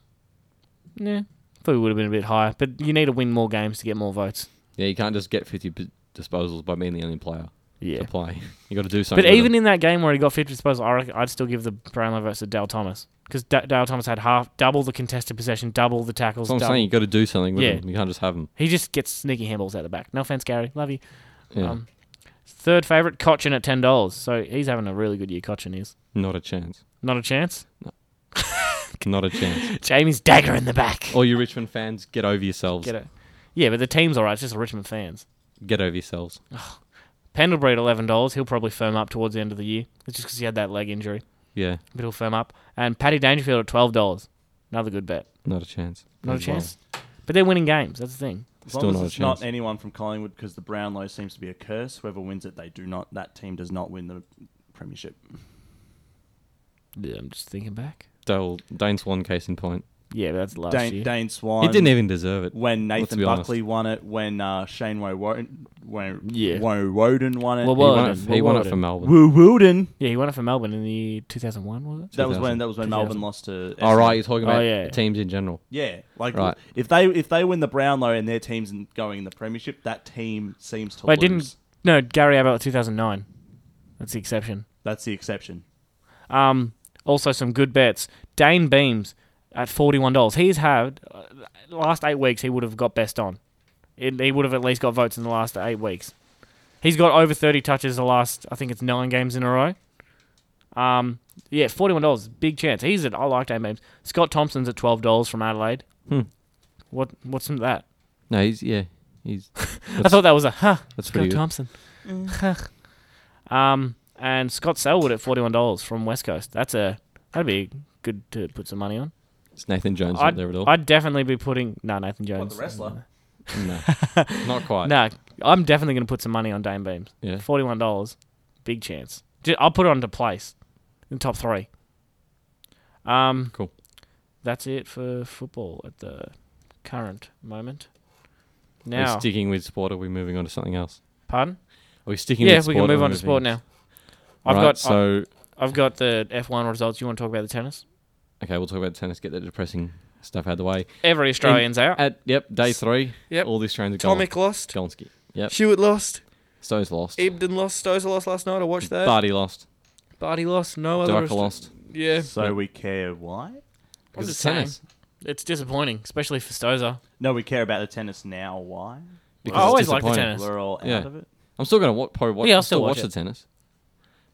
Speaker 3: yeah, probably would have been a bit higher, but you need to win more games to get more votes.
Speaker 1: Yeah, you can't just get fifty p- disposals by being the only player
Speaker 3: Yeah.
Speaker 1: to play. You got to do something.
Speaker 3: But
Speaker 1: with
Speaker 3: even
Speaker 1: them.
Speaker 3: in that game where he got 50 disposals, I reckon I'd still give the Brownlow votes to Dale Thomas because Dale Thomas had half, double the contested possession, double the tackles.
Speaker 1: that's what I'm
Speaker 3: double-
Speaker 1: saying. You got to do something with
Speaker 3: Yeah.
Speaker 1: them. You can't just have them.
Speaker 3: He just gets sneaky handballs out the back. No offense, Gary. Love you.
Speaker 1: Yeah.
Speaker 3: Um, third favorite, Cochin at ten dollars. So he's having a really good year. Cochin is
Speaker 1: Not a chance.
Speaker 3: not a chance.
Speaker 1: Not a chance.
Speaker 3: Jamie's dagger in the back.
Speaker 1: All you Richmond fans, get over yourselves.
Speaker 3: Get it? Yeah, but the team's all right. It's just the Richmond fans.
Speaker 1: Get over yourselves.
Speaker 3: Pendlebury at eleven dollars. He'll probably firm up towards the end of the year. It's just because he had that leg injury,
Speaker 1: Yeah.
Speaker 3: but he'll firm up. And Paddy Dangerfield at twelve dollars. Another good bet.
Speaker 1: Not a chance.
Speaker 3: Not a
Speaker 1: As well.
Speaker 3: chance. But they're winning games. That's the thing.
Speaker 2: As
Speaker 1: Still
Speaker 2: long as
Speaker 1: not a
Speaker 2: it's not
Speaker 1: chance.
Speaker 2: anyone from Collingwood, because the Brownlow seems to be a curse. Whoever wins it, they do not. That team does not win the premiership.
Speaker 3: Yeah, I'm just thinking back.
Speaker 1: Dale, Dane Swan, case in point.
Speaker 3: Yeah, but that's last
Speaker 2: Dane,
Speaker 3: year.
Speaker 2: Dane Swan.
Speaker 1: He didn't even deserve it.
Speaker 2: when
Speaker 1: Let's
Speaker 2: Nathan
Speaker 1: be honest.
Speaker 2: Buckley won it, when uh, Shane Wo Woden, Wo,
Speaker 3: Yeah.
Speaker 2: Wo Woden won it.
Speaker 1: He
Speaker 3: Well,
Speaker 1: won it,
Speaker 3: Woden,
Speaker 1: he won it
Speaker 3: Woden.
Speaker 1: for Melbourne.
Speaker 2: Woo Woden.
Speaker 3: Yeah, he won it for Melbourne in the 2001, was it?
Speaker 2: That was
Speaker 1: 2000.
Speaker 2: when that was when
Speaker 3: 2000.
Speaker 2: Melbourne lost to.
Speaker 1: All right,
Speaker 2: Essendon.
Speaker 1: you're talking about
Speaker 3: Oh, yeah.
Speaker 1: teams in general.
Speaker 2: Yeah, like
Speaker 1: Right.
Speaker 2: if they if they win the Brownlow and their team's in- going in the premiership, that team seems to
Speaker 3: Wait,
Speaker 2: lose.
Speaker 3: didn't no Gary Abbott 2009? That's the exception.
Speaker 2: That's the exception.
Speaker 3: Um, also some good bets. Dane Beams at forty-one dollars. He's had uh, last eight weeks. He would have got best on. It, he would have at least got votes in the last eight weeks. He's got over thirty touches the last. I think it's nine games in a row. Um, yeah, forty-one dollars. Big chance. He's at. I like Dane Beams. Scott Thompson's at twelve dollars from Adelaide.
Speaker 1: Hmm.
Speaker 3: What? What's in that?
Speaker 1: No, he's yeah, he's
Speaker 3: I thought that was a huh.
Speaker 1: that's pretty
Speaker 3: Scott
Speaker 1: good. Mm.
Speaker 3: Thompson. um, and Scott Selwood at forty-one dollars from West Coast. That's a that'd be good to put some money on.
Speaker 1: It's Nathan Jones not
Speaker 3: I'd,
Speaker 1: there at all.
Speaker 3: I'd definitely be putting no Nathan Jones.
Speaker 2: the wrestler?
Speaker 1: no, not quite.
Speaker 3: No, I'm definitely going to put some money on Dame Beams.
Speaker 1: Mm. Yeah.
Speaker 3: Forty-one dollars, big chance. Ju- I'll put it onto place in top three. Um,
Speaker 1: Cool.
Speaker 3: That's it for football at the current moment.
Speaker 1: We're
Speaker 3: Now,
Speaker 1: sticking with sport. Are we moving on to something else?
Speaker 3: pardon?
Speaker 1: Are we sticking?
Speaker 3: Yeah,
Speaker 1: with
Speaker 3: we
Speaker 1: sport
Speaker 3: can
Speaker 1: or
Speaker 3: move
Speaker 1: are we
Speaker 3: on to
Speaker 1: moving
Speaker 3: sport now. I've
Speaker 1: Right,
Speaker 3: got
Speaker 1: so
Speaker 3: I've got the F1 results. You want to talk about the tennis?
Speaker 1: okay. We'll talk about tennis. Get the depressing stuff out of the way.
Speaker 3: Every Australian's out.
Speaker 1: At yep, day three.
Speaker 3: Uh, Yep.
Speaker 1: All the Australians are gone.
Speaker 5: Tomic lost.
Speaker 1: Gonski. Yep.
Speaker 5: Hewitt lost.
Speaker 1: Stowe's lost.
Speaker 5: Ebden lost. Stoza lost last night. I watched that.
Speaker 1: Barty lost.
Speaker 5: Barty lost. No other.
Speaker 1: Daka
Speaker 5: Austra-
Speaker 1: lost.
Speaker 5: Yeah.
Speaker 2: So we care why?
Speaker 1: Because it's
Speaker 3: just saying.
Speaker 1: tennis.
Speaker 3: It's disappointing, especially for Stoza.
Speaker 2: No, we care about the tennis now. Why?
Speaker 1: Because
Speaker 3: I
Speaker 1: it's
Speaker 3: always like the
Speaker 1: disappointing.
Speaker 3: tennis.
Speaker 2: We're all out
Speaker 1: Yeah.
Speaker 2: of it.
Speaker 1: I'm still gonna wa- probably watch.
Speaker 3: Yeah, I'll
Speaker 1: I'll still
Speaker 3: still
Speaker 1: watch
Speaker 3: watch
Speaker 1: the
Speaker 3: it.
Speaker 1: tennis,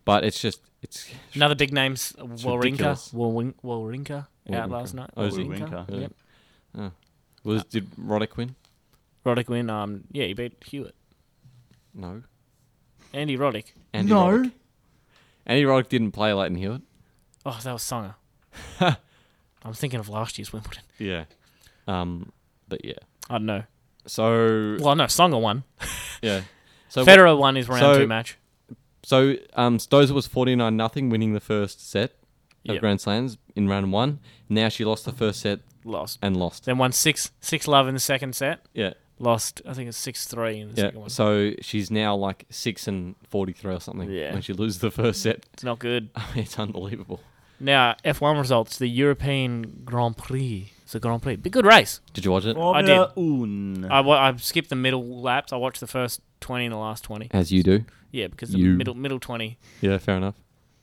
Speaker 1: but it's just it's
Speaker 3: Another big name's Wawrinka.
Speaker 1: ridiculous.
Speaker 3: Wawrin- Wawrinka out
Speaker 1: Wawrinka.
Speaker 3: last night.
Speaker 1: Ozzy.
Speaker 2: Wawrinka.
Speaker 1: Yeah.
Speaker 3: Yep.
Speaker 1: was did Roddick win?
Speaker 3: Roddick win. Um, yeah, he beat Hewitt.
Speaker 1: No.
Speaker 3: Andy Roddick.
Speaker 1: Andy
Speaker 2: No.
Speaker 1: Roddick. Andy Roddick didn't play Leighton Hewitt.
Speaker 3: Oh, that was Songer. I'm thinking of last year's Wimbledon.
Speaker 1: Yeah. Um, but yeah.
Speaker 3: I don't know.
Speaker 1: So
Speaker 3: Well, no, Songer won.
Speaker 1: yeah. So what-
Speaker 3: Federer won his round
Speaker 1: so-
Speaker 3: two match.
Speaker 1: so um, Stosur was forty nine nothing, winning the first set of
Speaker 3: Yep.
Speaker 1: Grand Slams in round one. Now she lost the first set
Speaker 3: Lost.
Speaker 1: and lost.
Speaker 3: Then won six six love in the second set.
Speaker 1: Yeah.
Speaker 3: lost. I think it's six three in the
Speaker 1: Yeah.
Speaker 3: second one.
Speaker 1: So she's now like six and forty-three or something.
Speaker 3: Yeah.
Speaker 1: When she loses the first set,
Speaker 3: it's not good.
Speaker 1: it's unbelievable.
Speaker 3: Now F1 results: the European Grand Prix. It's a Grand Prix. Big good race.
Speaker 1: Did you watch it?
Speaker 3: I did.
Speaker 2: Formula Un.
Speaker 3: I, wa- I skipped the middle laps. I watched the first twenty and the last twenty.
Speaker 1: As you do.
Speaker 3: Yeah, because the
Speaker 1: You-
Speaker 3: middle middle twenty,
Speaker 1: Yeah. Fair enough.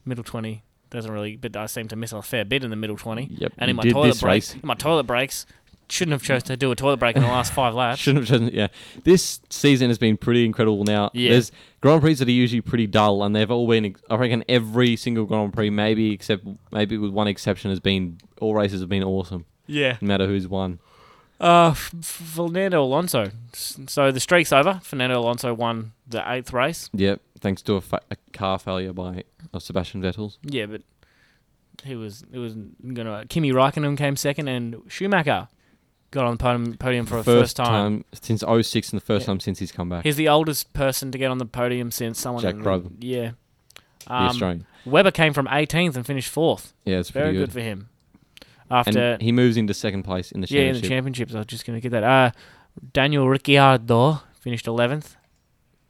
Speaker 3: middle twenty doesn't really. But I seem to miss a fair bit in the middle twenty.
Speaker 1: Yep.
Speaker 3: And
Speaker 1: you
Speaker 3: in my
Speaker 1: did
Speaker 3: toilet
Speaker 1: this
Speaker 3: breaks,
Speaker 1: race.
Speaker 3: in my toilet breaks, shouldn't have chose to do a toilet break in the last five laps.
Speaker 1: Shouldn't have chosen. Yeah, this season has been pretty incredible. Now,
Speaker 3: Yeah.
Speaker 1: there's Grand Prix that are usually pretty dull, and they've all been. I reckon every single Grand Prix, maybe except maybe with one exception, has been all races have been awesome,
Speaker 3: Yeah.
Speaker 1: no matter who's won.
Speaker 3: Uh, F- F- Fernando Alonso. S- So the streak's over. Fernando Alonso won the eighth race.
Speaker 1: Yep, thanks to a, fa- a car failure by of Sebastian Vettel's.
Speaker 3: Yeah, but he was it was gonna. Kimi Raikkonen came second, and Schumacher got on the podium, podium for a first, time.
Speaker 1: since 06 and the first
Speaker 3: Yeah.
Speaker 1: time since he's come back.
Speaker 3: He's the oldest person to get on the podium since someone.
Speaker 1: Jack
Speaker 3: in-
Speaker 1: Brabham.
Speaker 3: Yeah.
Speaker 1: the
Speaker 3: Um,
Speaker 1: Australian.
Speaker 3: Webber came from 18th and finished fourth.
Speaker 1: Yeah, it's
Speaker 3: Very
Speaker 1: pretty
Speaker 3: good.
Speaker 1: good.
Speaker 3: for him. After
Speaker 1: And he moves into second place in the
Speaker 3: yeah, in
Speaker 1: championship.
Speaker 3: the championships, I was just gonna get that. Uh, Daniel Ricciardo finished 11th.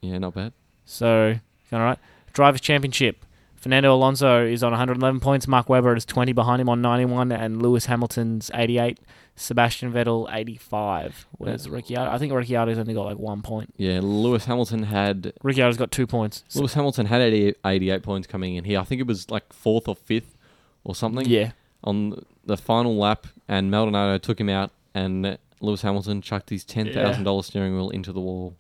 Speaker 1: yeah, not bad.
Speaker 3: So, all right. Drivers' Championship. Fernando Alonso is on 111 points. Mark Webber is 20 behind him on 91, and Lewis Hamilton's 88. Sebastian Vettel 85. Where's
Speaker 1: Yeah.
Speaker 3: Ricciardo? I think Ricciardo's only got like one point.
Speaker 1: Yeah, Lewis Hamilton had
Speaker 3: Ricciardo's got two points. So-
Speaker 1: Lewis Hamilton had 80, 88 points coming in here. I think it was like fourth or fifth or something
Speaker 3: yeah,
Speaker 1: on the final lap, and Maldonado took him out, and Lewis Hamilton chucked his ten thousand dollars steering wheel into the wall.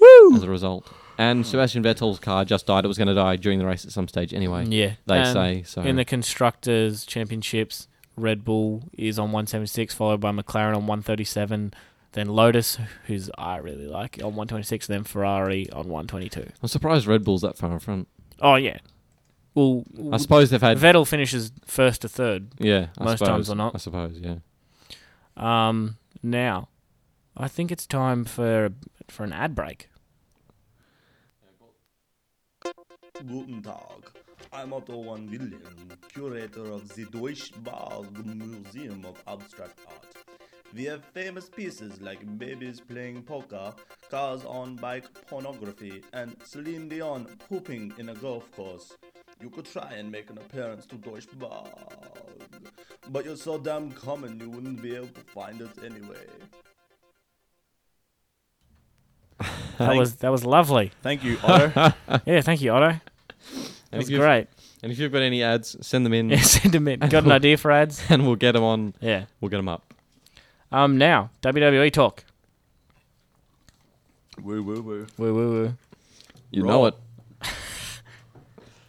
Speaker 1: Woo! As a result, and Sebastian Vettel's car just died. It was going to die during the race at some stage anyway.
Speaker 3: yeah.
Speaker 1: They
Speaker 3: And
Speaker 1: say so.
Speaker 3: in the constructors' championships, Red Bull is on 176, followed by McLaren on 137. Then Lotus, who's I really like, on 126. Then Ferrari on 122.
Speaker 1: I'm surprised Red Bull's that far in front.
Speaker 3: Oh yeah. Well,
Speaker 1: I suppose they've had
Speaker 3: Uh, Vettel finishes first to third.
Speaker 1: yeah I
Speaker 3: most
Speaker 1: suppose,
Speaker 3: times or not.
Speaker 1: I suppose yeah.
Speaker 3: Um, now, I think it's time for for an ad break.
Speaker 6: Guten Tag. I'm Otto von Wilhelm, curator of the Deutschbach Museum of Abstract Art. We have famous pieces like babies playing poker, cars on bike pornography, and Celine Dion pooping in a golf course. You could try and make an appearance to Deutschbach, but you're so damn common you wouldn't be able to find us anyway.
Speaker 3: That was that was lovely.
Speaker 2: Thank you, Otto.
Speaker 3: Yeah, thank you, Otto. That
Speaker 1: And
Speaker 3: was
Speaker 1: if you've-
Speaker 3: great.
Speaker 1: And if you've got any ads, send them in,
Speaker 3: Yeah, send them in. Got an idea for ads?
Speaker 1: and we'll get them on.
Speaker 3: Yeah.
Speaker 1: We'll get them up.
Speaker 3: Um, now WWE talk.
Speaker 2: woo woo woo.
Speaker 3: Woo woo woo.
Speaker 1: You
Speaker 2: Raw.
Speaker 1: know it.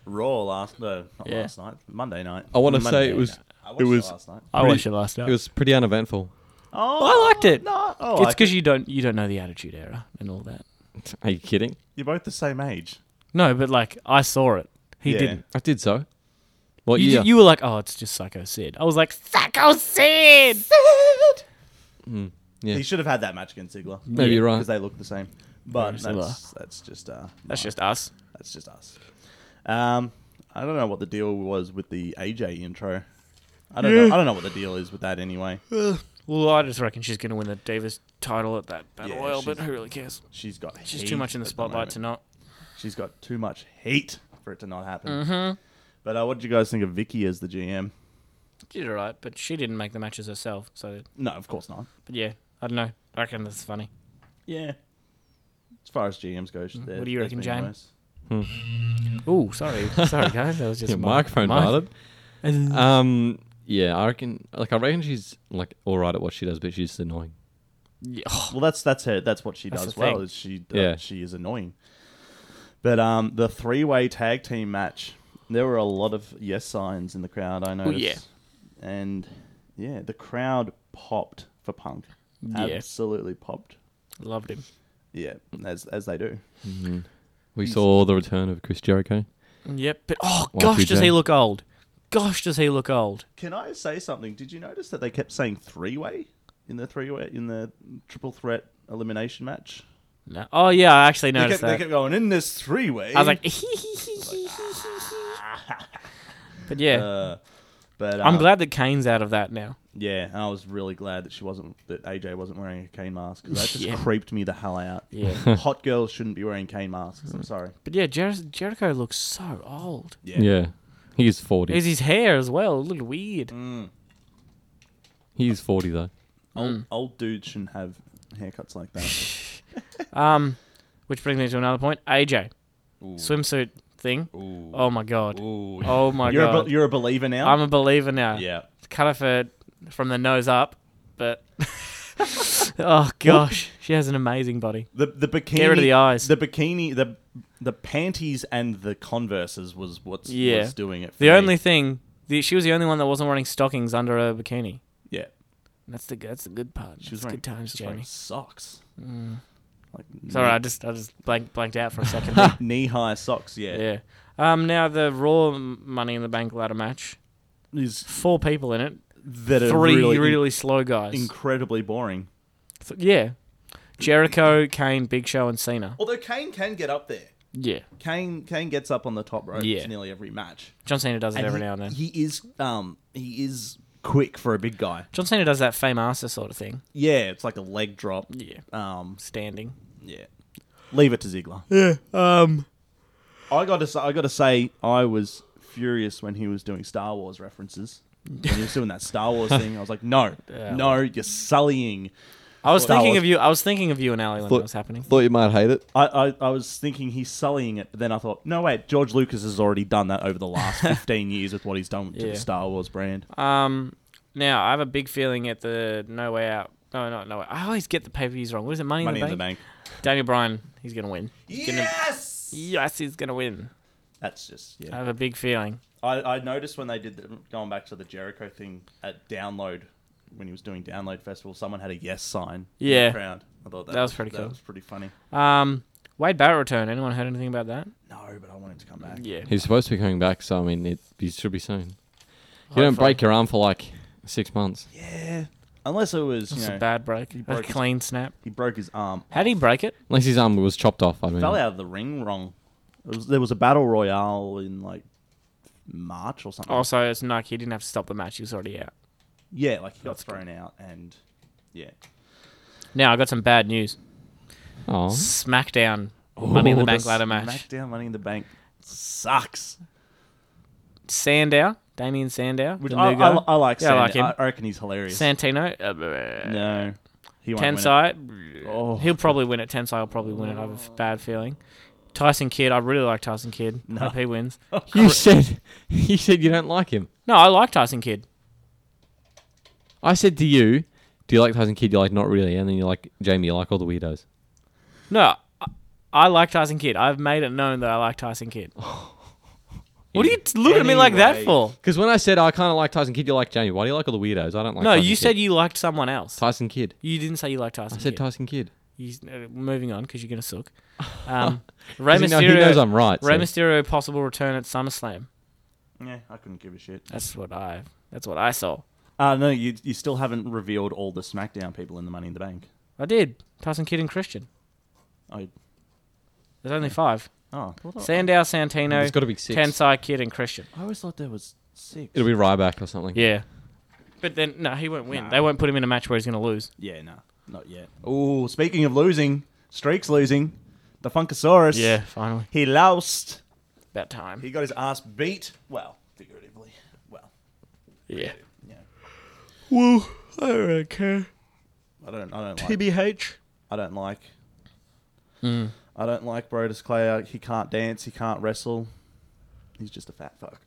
Speaker 2: Raw last
Speaker 6: uh,
Speaker 2: no, not
Speaker 3: Yeah.
Speaker 2: last night, Monday night.
Speaker 1: I want to
Speaker 2: Monday
Speaker 1: say it
Speaker 2: night.
Speaker 1: was
Speaker 2: I watched
Speaker 1: it was
Speaker 2: last night.
Speaker 3: I
Speaker 1: Pretty-
Speaker 3: watched it last night.
Speaker 1: it was pretty uneventful.
Speaker 2: Oh,
Speaker 3: I liked it.
Speaker 2: No, Oh, I
Speaker 3: it's
Speaker 2: like
Speaker 3: because you don't you don't know the Attitude Era and all that.
Speaker 1: Are you kidding?
Speaker 2: You're both the same age.
Speaker 3: No, but like I saw it. He
Speaker 2: Yeah.
Speaker 3: didn't.
Speaker 1: I did so. What
Speaker 3: You,
Speaker 1: year?
Speaker 3: you were like, oh, it's just Psycho Sid. I was like, Psycho Sid.
Speaker 1: Yeah.
Speaker 2: He should have had that match against Ziggler.
Speaker 1: Maybe you're right.
Speaker 2: Because they look the same. But
Speaker 3: Very similar.
Speaker 2: that's, that's just uh,
Speaker 3: That's
Speaker 2: my-
Speaker 3: just us.
Speaker 2: that's just us. Um, I don't know what the deal was with the AJ intro. I don't know. I don't know what the deal is with that anyway.
Speaker 3: Well, I just reckon she's going to win the Davis title at that Battle
Speaker 2: Yeah,
Speaker 3: Royal, but
Speaker 2: she's-
Speaker 3: who really cares?
Speaker 2: She's got
Speaker 3: She's
Speaker 2: heat
Speaker 3: too much in the
Speaker 2: at
Speaker 3: spotlight
Speaker 2: moment.
Speaker 3: to not.
Speaker 2: She's got too much heat for it to not happen.
Speaker 3: Mm-hmm.
Speaker 2: But uh, what did you guys think of Vicky as the GM?
Speaker 3: She did alright, but she didn't make the matches herself. So,
Speaker 2: No, of course not.
Speaker 3: but yeah, I don't know. I reckon that's funny.
Speaker 2: Yeah. As far as GMs go, there-
Speaker 3: Mm-hmm. What do you
Speaker 2: there's
Speaker 3: reckon,
Speaker 2: been
Speaker 3: Jane?
Speaker 2: worse.
Speaker 3: Ooh, sorry, sorry guys, that was just
Speaker 1: Your
Speaker 3: my-
Speaker 1: microphone
Speaker 3: my-
Speaker 1: farted.
Speaker 2: Uh,
Speaker 1: Um, yeah, I reckon. Like, I reckon she's like all right at what she does, but she's just annoying.
Speaker 3: Yeah, oh,
Speaker 2: Well, that's that's her. That's what she
Speaker 3: That's
Speaker 2: does
Speaker 3: the
Speaker 2: well.
Speaker 3: thing.
Speaker 2: Is she uh,
Speaker 1: Yeah.
Speaker 2: she is annoying. But um, the three way tag team match. There were a lot of yes signs in the crowd. I noticed.
Speaker 3: Oh, yeah.
Speaker 2: And yeah, the crowd popped for Punk.
Speaker 3: Yeah.
Speaker 2: Absolutely popped.
Speaker 3: loved him.
Speaker 2: Yeah, as as they do.
Speaker 1: We saw the return of Chris Jericho.
Speaker 3: Yep, but oh
Speaker 1: Why
Speaker 3: gosh,
Speaker 1: did
Speaker 3: does he
Speaker 1: they?
Speaker 3: look old? Gosh, does he look old?
Speaker 2: Can I say something? Did you notice that they kept saying three way in the three way in the triple threat elimination match?
Speaker 3: No. Oh yeah, I actually
Speaker 2: They
Speaker 3: noticed
Speaker 2: kept, they
Speaker 3: that.
Speaker 2: kept going in this three way.
Speaker 3: I was like, but yeah,
Speaker 2: uh, but
Speaker 3: I'm
Speaker 2: um, uh,
Speaker 3: glad that Kane's out of that now.
Speaker 2: Yeah, and I was really glad that she wasn't that AJ wasn't wearing a cane mask 'cause that just
Speaker 3: Yeah.
Speaker 2: creeped me the hell out.
Speaker 3: Yeah.
Speaker 2: Hot girls shouldn't be wearing cane masks.
Speaker 3: Hmm.
Speaker 2: I'm sorry.
Speaker 3: But yeah, Jer- Jericho looks so old.
Speaker 1: Yeah. He's 40.
Speaker 3: Is his hair as well? Look weird.
Speaker 6: Mm.
Speaker 1: He's 40, though.
Speaker 2: Old,
Speaker 3: Mm.
Speaker 2: old dudes shouldn't have haircuts like that. Mm.
Speaker 3: Um, which brings me to another point. AJ swimsuit thing.
Speaker 6: Ooh.
Speaker 3: Oh my god.
Speaker 6: Ooh.
Speaker 3: Oh my
Speaker 2: you're a
Speaker 3: god.
Speaker 2: be- you're a believer now.
Speaker 3: I'm a believer now.
Speaker 6: Yeah.
Speaker 3: Cut off her from the nose up, but oh gosh, she has an amazing body.
Speaker 2: the the bikini.
Speaker 3: Get rid of the eyes.
Speaker 2: The bikini. The the panties and the converses was what's
Speaker 3: Yeah.
Speaker 2: what's doing it. For
Speaker 3: The
Speaker 2: me.
Speaker 3: only thing, the, she was the only one that wasn't wearing stockings under her bikini.
Speaker 2: yeah,
Speaker 3: That's the that's the good part.
Speaker 2: she was
Speaker 3: That's
Speaker 2: wearing
Speaker 3: good times,
Speaker 2: she was wearing
Speaker 3: Jamie.
Speaker 2: socks.
Speaker 3: Mm.
Speaker 2: Like
Speaker 3: Sorry,
Speaker 2: knee-
Speaker 3: I just I just blank, blanked out for a second. there.
Speaker 2: knee high socks. Yeah,
Speaker 3: yeah. Um. Now the Raw Money in the Bank ladder match.
Speaker 2: is
Speaker 3: Four people in it.
Speaker 2: that are
Speaker 3: Three really,
Speaker 2: really, in-
Speaker 3: slow guys.
Speaker 2: incredibly boring.
Speaker 3: Th- yeah. Jericho, Kane, Big Show, and Cena.
Speaker 2: Although Kane can get up there.
Speaker 3: Yeah.
Speaker 2: Kane Kane gets up on the top rope
Speaker 3: Yeah.
Speaker 2: nearly every match.
Speaker 3: John Cena does it
Speaker 2: And
Speaker 3: every
Speaker 2: he-
Speaker 3: now and then.
Speaker 2: He is um he is quick for a big guy.
Speaker 3: John Cena does that fame master sort of thing.
Speaker 2: Yeah, it's like a leg drop.
Speaker 3: Yeah.
Speaker 2: Um
Speaker 3: Standing.
Speaker 2: yeah. Leave it to Ziggler.
Speaker 3: Yeah. Um.
Speaker 2: I got to say, I got to say I was furious when he was doing Star Wars references. When he was doing that Star Wars thing, I was like, "No, no, you're sullying."
Speaker 3: I was
Speaker 2: Star
Speaker 3: thinking
Speaker 2: Wars.
Speaker 3: of you. I was thinking of you and Ali when
Speaker 1: Thought-
Speaker 3: that was happening.
Speaker 1: Thought you might hate it.
Speaker 2: I, I, I was thinking he's sullying it, but then I thought, "No, wait, George Lucas has already done that over the last 15 years with what he's done to
Speaker 3: Yeah.
Speaker 2: the Star Wars brand."
Speaker 3: Um. Now I have a big feeling at the No Way Out. No, not No Way. I always get the pay per views wrong. What is it? Money,
Speaker 2: Money
Speaker 3: in, the, bank?
Speaker 2: bank.
Speaker 3: Daniel Bryan. He's gonna win. He's gonna- Uh,
Speaker 6: Yes!
Speaker 3: yes, he's gonna win.
Speaker 2: That's just yeah.
Speaker 3: I have a big feeling.
Speaker 2: I, I noticed when they did the, going back to the Jericho thing at Download when he was doing Download Festival, someone had a yes sign. In
Speaker 3: Yeah.
Speaker 2: the crowd. I thought that,
Speaker 3: That was pretty
Speaker 2: That
Speaker 3: cool.
Speaker 2: was pretty funny.
Speaker 3: Um. Wade Barrett return. Anyone heard anything about that?
Speaker 2: No, but I want him to come back.
Speaker 3: Yeah.
Speaker 1: He's supposed to be coming back, so I mean, it, he should be soon. You don't
Speaker 3: Hopefully.
Speaker 1: break your arm for like six months.
Speaker 2: Yeah. Unless it was you
Speaker 3: It's
Speaker 2: know,
Speaker 3: a bad break.
Speaker 2: he
Speaker 3: A
Speaker 2: broke his-
Speaker 3: clean snap.
Speaker 2: he broke his arm,
Speaker 3: How do you break it?
Speaker 1: Unless his arm was chopped off. I mean,
Speaker 2: fell out of the ring wrong. It was, there was a battle royale in like March or something.
Speaker 3: Also, it's Nike. He didn't have to stop the match. He was already out.
Speaker 2: yeah, like he got
Speaker 3: That's good.
Speaker 2: thrown out and yeah.
Speaker 3: Now I got some bad news.
Speaker 1: Oh,
Speaker 3: SmackDown Money in the
Speaker 2: Oh,
Speaker 3: Bank ladder match.
Speaker 2: SmackDown Money in the Bank sucks.
Speaker 3: Sandow, Damien Sandow,
Speaker 2: Which
Speaker 3: the
Speaker 2: I,
Speaker 3: new guy.
Speaker 2: I, I like.
Speaker 3: Yeah, I like
Speaker 2: Sandow.
Speaker 3: him.
Speaker 2: I reckon he's hilarious.
Speaker 3: Santino, uh, bleh.
Speaker 2: no, he won't win it.
Speaker 3: Tensai,
Speaker 2: Oh.
Speaker 3: he'll probably win it. Tensai will probably win it. I have a f- bad feeling. Tyson Kidd, I really like Tyson Kidd.
Speaker 2: No.
Speaker 3: Hope he wins.
Speaker 1: you said you said you don't like him.
Speaker 3: No, I like Tyson Kidd.
Speaker 1: I said to you, "Do you like Tyson Kidd?" You're like, "Not really," and then you're like, "Jamie, you like all the weirdos."
Speaker 3: No, I, I like Tyson Kidd. I've made it known that I like Tyson Kidd. what are you t- looking at me like that
Speaker 6: Anyway.
Speaker 3: for?
Speaker 1: Because when I said I kind of like Tyson Kidd, you like Jamie. Why do you like all the weirdos? I don't like.
Speaker 3: No,
Speaker 1: Tyson
Speaker 3: you
Speaker 1: Kidd.
Speaker 3: said you liked someone else.
Speaker 1: Tyson Kidd.
Speaker 3: You didn't say you liked Tyson.
Speaker 1: I said
Speaker 3: Kidd.
Speaker 1: Tyson Kidd.
Speaker 3: You s- uh, moving on because you're gonna suck. Um, Rey
Speaker 1: 'Cause he know- he knows
Speaker 3: Mysterio.
Speaker 1: I'm right.
Speaker 3: Rey
Speaker 1: so-
Speaker 3: Mysterio possible return at SummerSlam.
Speaker 2: Yeah, I couldn't give a shit.
Speaker 3: That's what I. That's what I saw.
Speaker 2: Uh, no, you you still haven't revealed all the SmackDown people in the Money in the Bank.
Speaker 3: I did. Tyson Kidd and Christian.
Speaker 2: I
Speaker 3: There's only five.
Speaker 2: oh, I thought-
Speaker 3: Sandow, Santino,
Speaker 1: There's got to be six.
Speaker 3: Tensai, Kidd, and Christian.
Speaker 2: I always thought there was six.
Speaker 1: It'll be Ryback or something.
Speaker 3: Yeah. But then no, he won't win. They won't put him in a match where he's gonna lose.
Speaker 2: yeah, no, not yet. Oh, speaking of losing, Streak's losing. The Funkasaurus.
Speaker 3: finally.
Speaker 2: he lost.
Speaker 3: About time.
Speaker 2: He got his ass beat. Well, figuratively. Well,
Speaker 3: Yeah.
Speaker 2: yeah.
Speaker 3: Well, I don't care.
Speaker 2: I don't. I don't like.
Speaker 3: TBH.
Speaker 2: I don't like.
Speaker 3: Mm.
Speaker 2: I don't like Brodus Clay. Uh, He can't dance. He can't wrestle. He's just a fat fuck.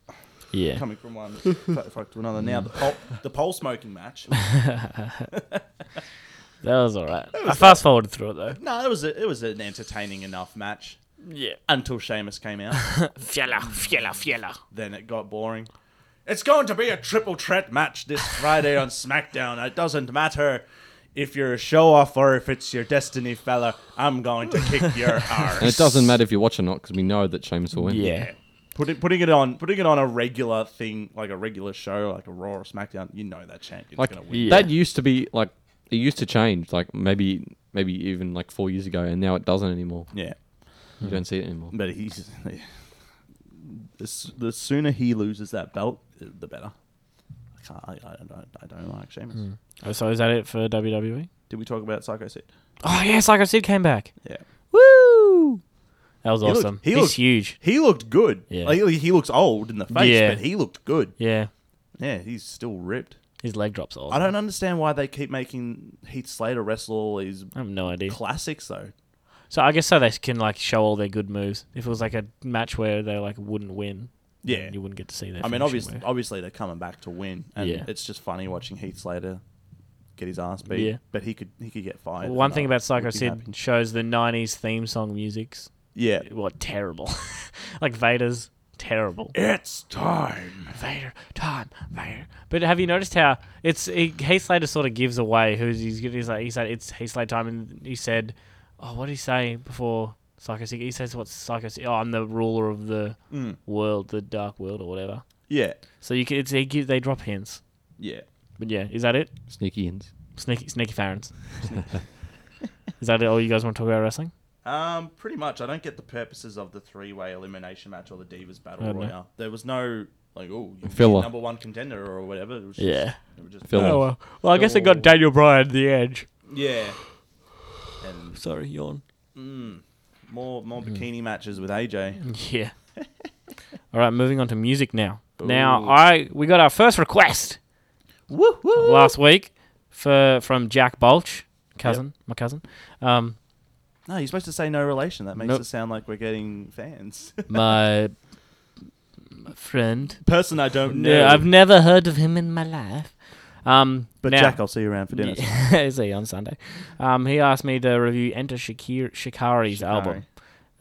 Speaker 3: Yeah.
Speaker 2: Coming from one fat fuck to another. Now the pole, the pole smoking match.
Speaker 3: That was alright. I fast forwarded through it though.
Speaker 2: No, it was a, it was an entertaining enough match
Speaker 3: Yeah.
Speaker 2: until Sheamus came out.
Speaker 3: Fiella, fiella, fiella.
Speaker 2: then it got boring. It's going to be a triple threat match this Friday on SmackDown. It doesn't matter if you're a show off or if it's your destiny, fella. I'm going to kick your
Speaker 1: And
Speaker 2: arse.
Speaker 1: it doesn't matter if you watch or not because we know that Sheamus will win.
Speaker 3: Yeah.
Speaker 2: Putting putting it on putting it on a regular thing like a regular show like a Raw or SmackDown, you know that champion's
Speaker 1: Like
Speaker 2: gonna win.
Speaker 3: Yeah.
Speaker 1: that used to be like it used to change like maybe maybe even like four years ago, and now it doesn't anymore.
Speaker 2: Yeah,
Speaker 1: You
Speaker 3: Hmm.
Speaker 1: don't see it anymore.
Speaker 2: but he's the s- the sooner he loses that belt, the uh, better. can't. I, I, don't, I don't like Sheamus.
Speaker 3: Oh, so is that it for E? WWE?
Speaker 2: Did we talk about Psycho Sid?
Speaker 3: Oh yeah, Psycho Sid came back.
Speaker 2: Yeah.
Speaker 3: Woo! That was
Speaker 2: He looked-
Speaker 3: awesome.
Speaker 2: he
Speaker 3: He's
Speaker 2: looked-
Speaker 3: huge.
Speaker 2: He looked good.
Speaker 3: Yeah.
Speaker 2: Like, he, he looks old in the face,
Speaker 3: Yeah.
Speaker 2: but he looked good.
Speaker 3: Yeah,
Speaker 2: Yeah, he's still ripped.
Speaker 3: his leg drops all.
Speaker 2: I don't understand why they keep making Heath Slater wrestle all these
Speaker 3: I have no idea.
Speaker 2: classics though.
Speaker 3: So I guess so they can like show all their good moves. If it was like a match where they like wouldn't win, then
Speaker 2: Yeah.
Speaker 3: you wouldn't get to see that.
Speaker 2: I mean, obviously, obviously they're coming back to win, and
Speaker 3: Yeah.
Speaker 2: it's just funny watching Heath Slater get his ass beat.
Speaker 3: Yeah.
Speaker 2: But he could he could get fired.
Speaker 3: one
Speaker 2: and
Speaker 3: thing
Speaker 2: I
Speaker 3: about Psycho
Speaker 2: would be
Speaker 3: Sid
Speaker 2: happy.
Speaker 3: shows the '90s theme song music's
Speaker 2: Yeah.
Speaker 3: what terrible, like Vader's terrible.
Speaker 2: It's time.
Speaker 3: Vader, time, Vader. But have you noticed how it's he, Heath Slater sort of gives away who's he's, he's like he said it's Heath Slater time, and he said, "Oh, what did he say before Psycho Sid? He says what's Psycho Sid? Oh, I'm the ruler of the
Speaker 2: Mm.
Speaker 3: world, the dark world, or whatever."
Speaker 2: Yeah.
Speaker 3: So you can it's, they give they drop hints.
Speaker 2: Yeah.
Speaker 3: But yeah, is that it?
Speaker 1: Sneaky ins.
Speaker 3: Sneaky Sneaky Farrens. is that it? all you guys want to talk about wrestling?
Speaker 2: Um, pretty much. I don't get the purposes of the three-way elimination match or the Divas Battle
Speaker 3: I don't know.
Speaker 2: Royale. There was no like, oh, you're
Speaker 1: Filler.
Speaker 2: number one contender or whatever. It was just,
Speaker 3: Yeah.
Speaker 2: It was just
Speaker 1: Filler.
Speaker 3: Oh well. Well, I guess they
Speaker 2: Oh.
Speaker 3: got Daniel Bryan the edge.
Speaker 2: Yeah. And
Speaker 5: Sorry, yawn.
Speaker 2: mm, more more bikini matches with AJ.
Speaker 3: Yeah. All right, moving on to music now. Now I we got our first request
Speaker 2: Woo woo.
Speaker 3: last week for from Jack Bulch, cousin, my cousin. Um,
Speaker 2: No, you're supposed to say no relation. That makes
Speaker 3: Nope.
Speaker 2: it sound like we're getting fans.
Speaker 3: my, my friend.
Speaker 2: Person I don't know.
Speaker 3: Yeah, I've never heard of him in my life. Um,
Speaker 2: but
Speaker 3: now-
Speaker 2: Jack, I'll see you around for dinner.
Speaker 3: Yeah, see you on Sunday. Um, he asked me to review Enter Shakir- Shikari's album.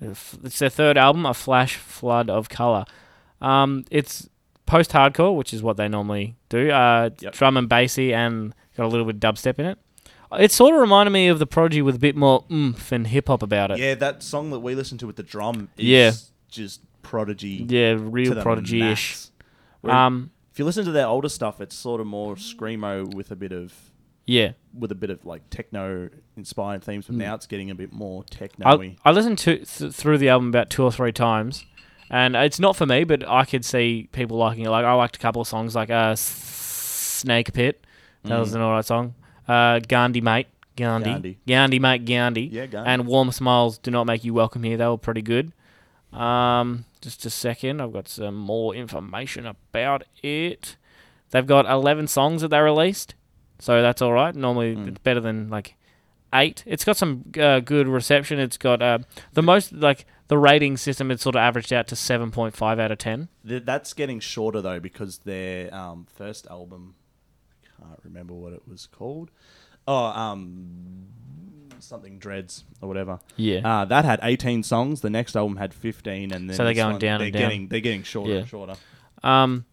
Speaker 3: F- It's their third album, A Flash Flood of Color. Um, it's post hardcore, which is what they normally do. Uh, it's
Speaker 2: Yep.
Speaker 3: Drum and bassy, and got a little bit of dubstep in it. It sort of reminded me of the Prodigy with a bit more oomph and hip hop about it.
Speaker 2: Yeah, that song that we listened to with the drum is
Speaker 3: Yeah.
Speaker 2: just prodigy.
Speaker 3: Yeah,
Speaker 2: to
Speaker 3: real
Speaker 2: the
Speaker 3: Prodigy ish.
Speaker 2: max. Whereas
Speaker 3: Um,
Speaker 2: if you listen to their older stuff, it's sort of more screamo with a bit of
Speaker 3: yeah.
Speaker 2: with a bit of like techno inspired themes, but now it's getting a bit more techno
Speaker 3: Hmm. I,
Speaker 2: y.
Speaker 3: I listened to th- through the album about two or three times, and it's not for me, but I could see people liking it. Like I liked a couple of songs, like uh, S- Snake Pit, that was an alright song. Uh, Gandhi Mate, Gandhi,
Speaker 2: Gandhi.
Speaker 3: Gandhi, Mate, Gandhi,
Speaker 2: Yeah, Gandhi.
Speaker 3: and Warm Smiles Do Not Make You Welcome Here. They were pretty good. Um, just a second, I've got some more information about it. They've got eleven songs that they released, so that's all right. Normally, it's better than like eight. It's got some uh, good reception. It's got uh, the most like the rating system. It's sort of averaged out to seven point five out of ten.
Speaker 2: Th- that's getting shorter though because their um, first album, I can't remember what it was called. Oh, um, something dreads or whatever.
Speaker 3: Yeah.
Speaker 2: Uh, that had 18 songs. The next album had 15, and then
Speaker 3: So they're
Speaker 2: this
Speaker 3: going
Speaker 2: one-
Speaker 3: down
Speaker 2: They're
Speaker 3: and down.
Speaker 2: getting they're getting shorter
Speaker 3: Yeah.
Speaker 2: and shorter.
Speaker 3: Um,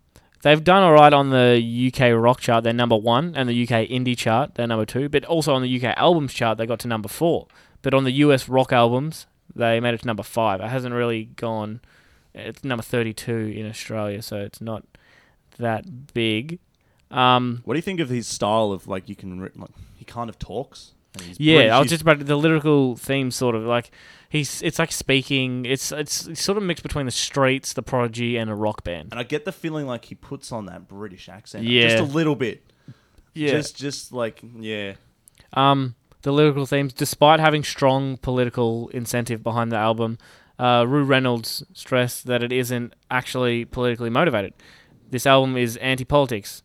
Speaker 3: they've done all right on the UK rock chart. They're number one, and the UK indie chart they're number two. But also on the UK albums chart, they got to number four. But on the US rock albums, they made it to number five. It hasn't really gone. It's number thirty-two in Australia, so it's not that big. Um,
Speaker 2: What do you think of his style of like you can re- like he kind of talks? and he's
Speaker 3: Yeah,
Speaker 2: British,
Speaker 3: I was
Speaker 2: he's-
Speaker 3: just about the lyrical theme, sort of like he's it's like speaking. It's it's, it's sort of mixed between the streets, the prodigy, and a rock band.
Speaker 2: and I get the feeling like he puts on that British accent
Speaker 3: Yeah.
Speaker 2: just a little bit.
Speaker 3: Yeah.
Speaker 2: Just just like yeah.
Speaker 3: um, the lyrical themes, despite having strong political incentive behind the album, uh, Rue Reynolds stressed that it isn't actually politically motivated. This album is anti-politics.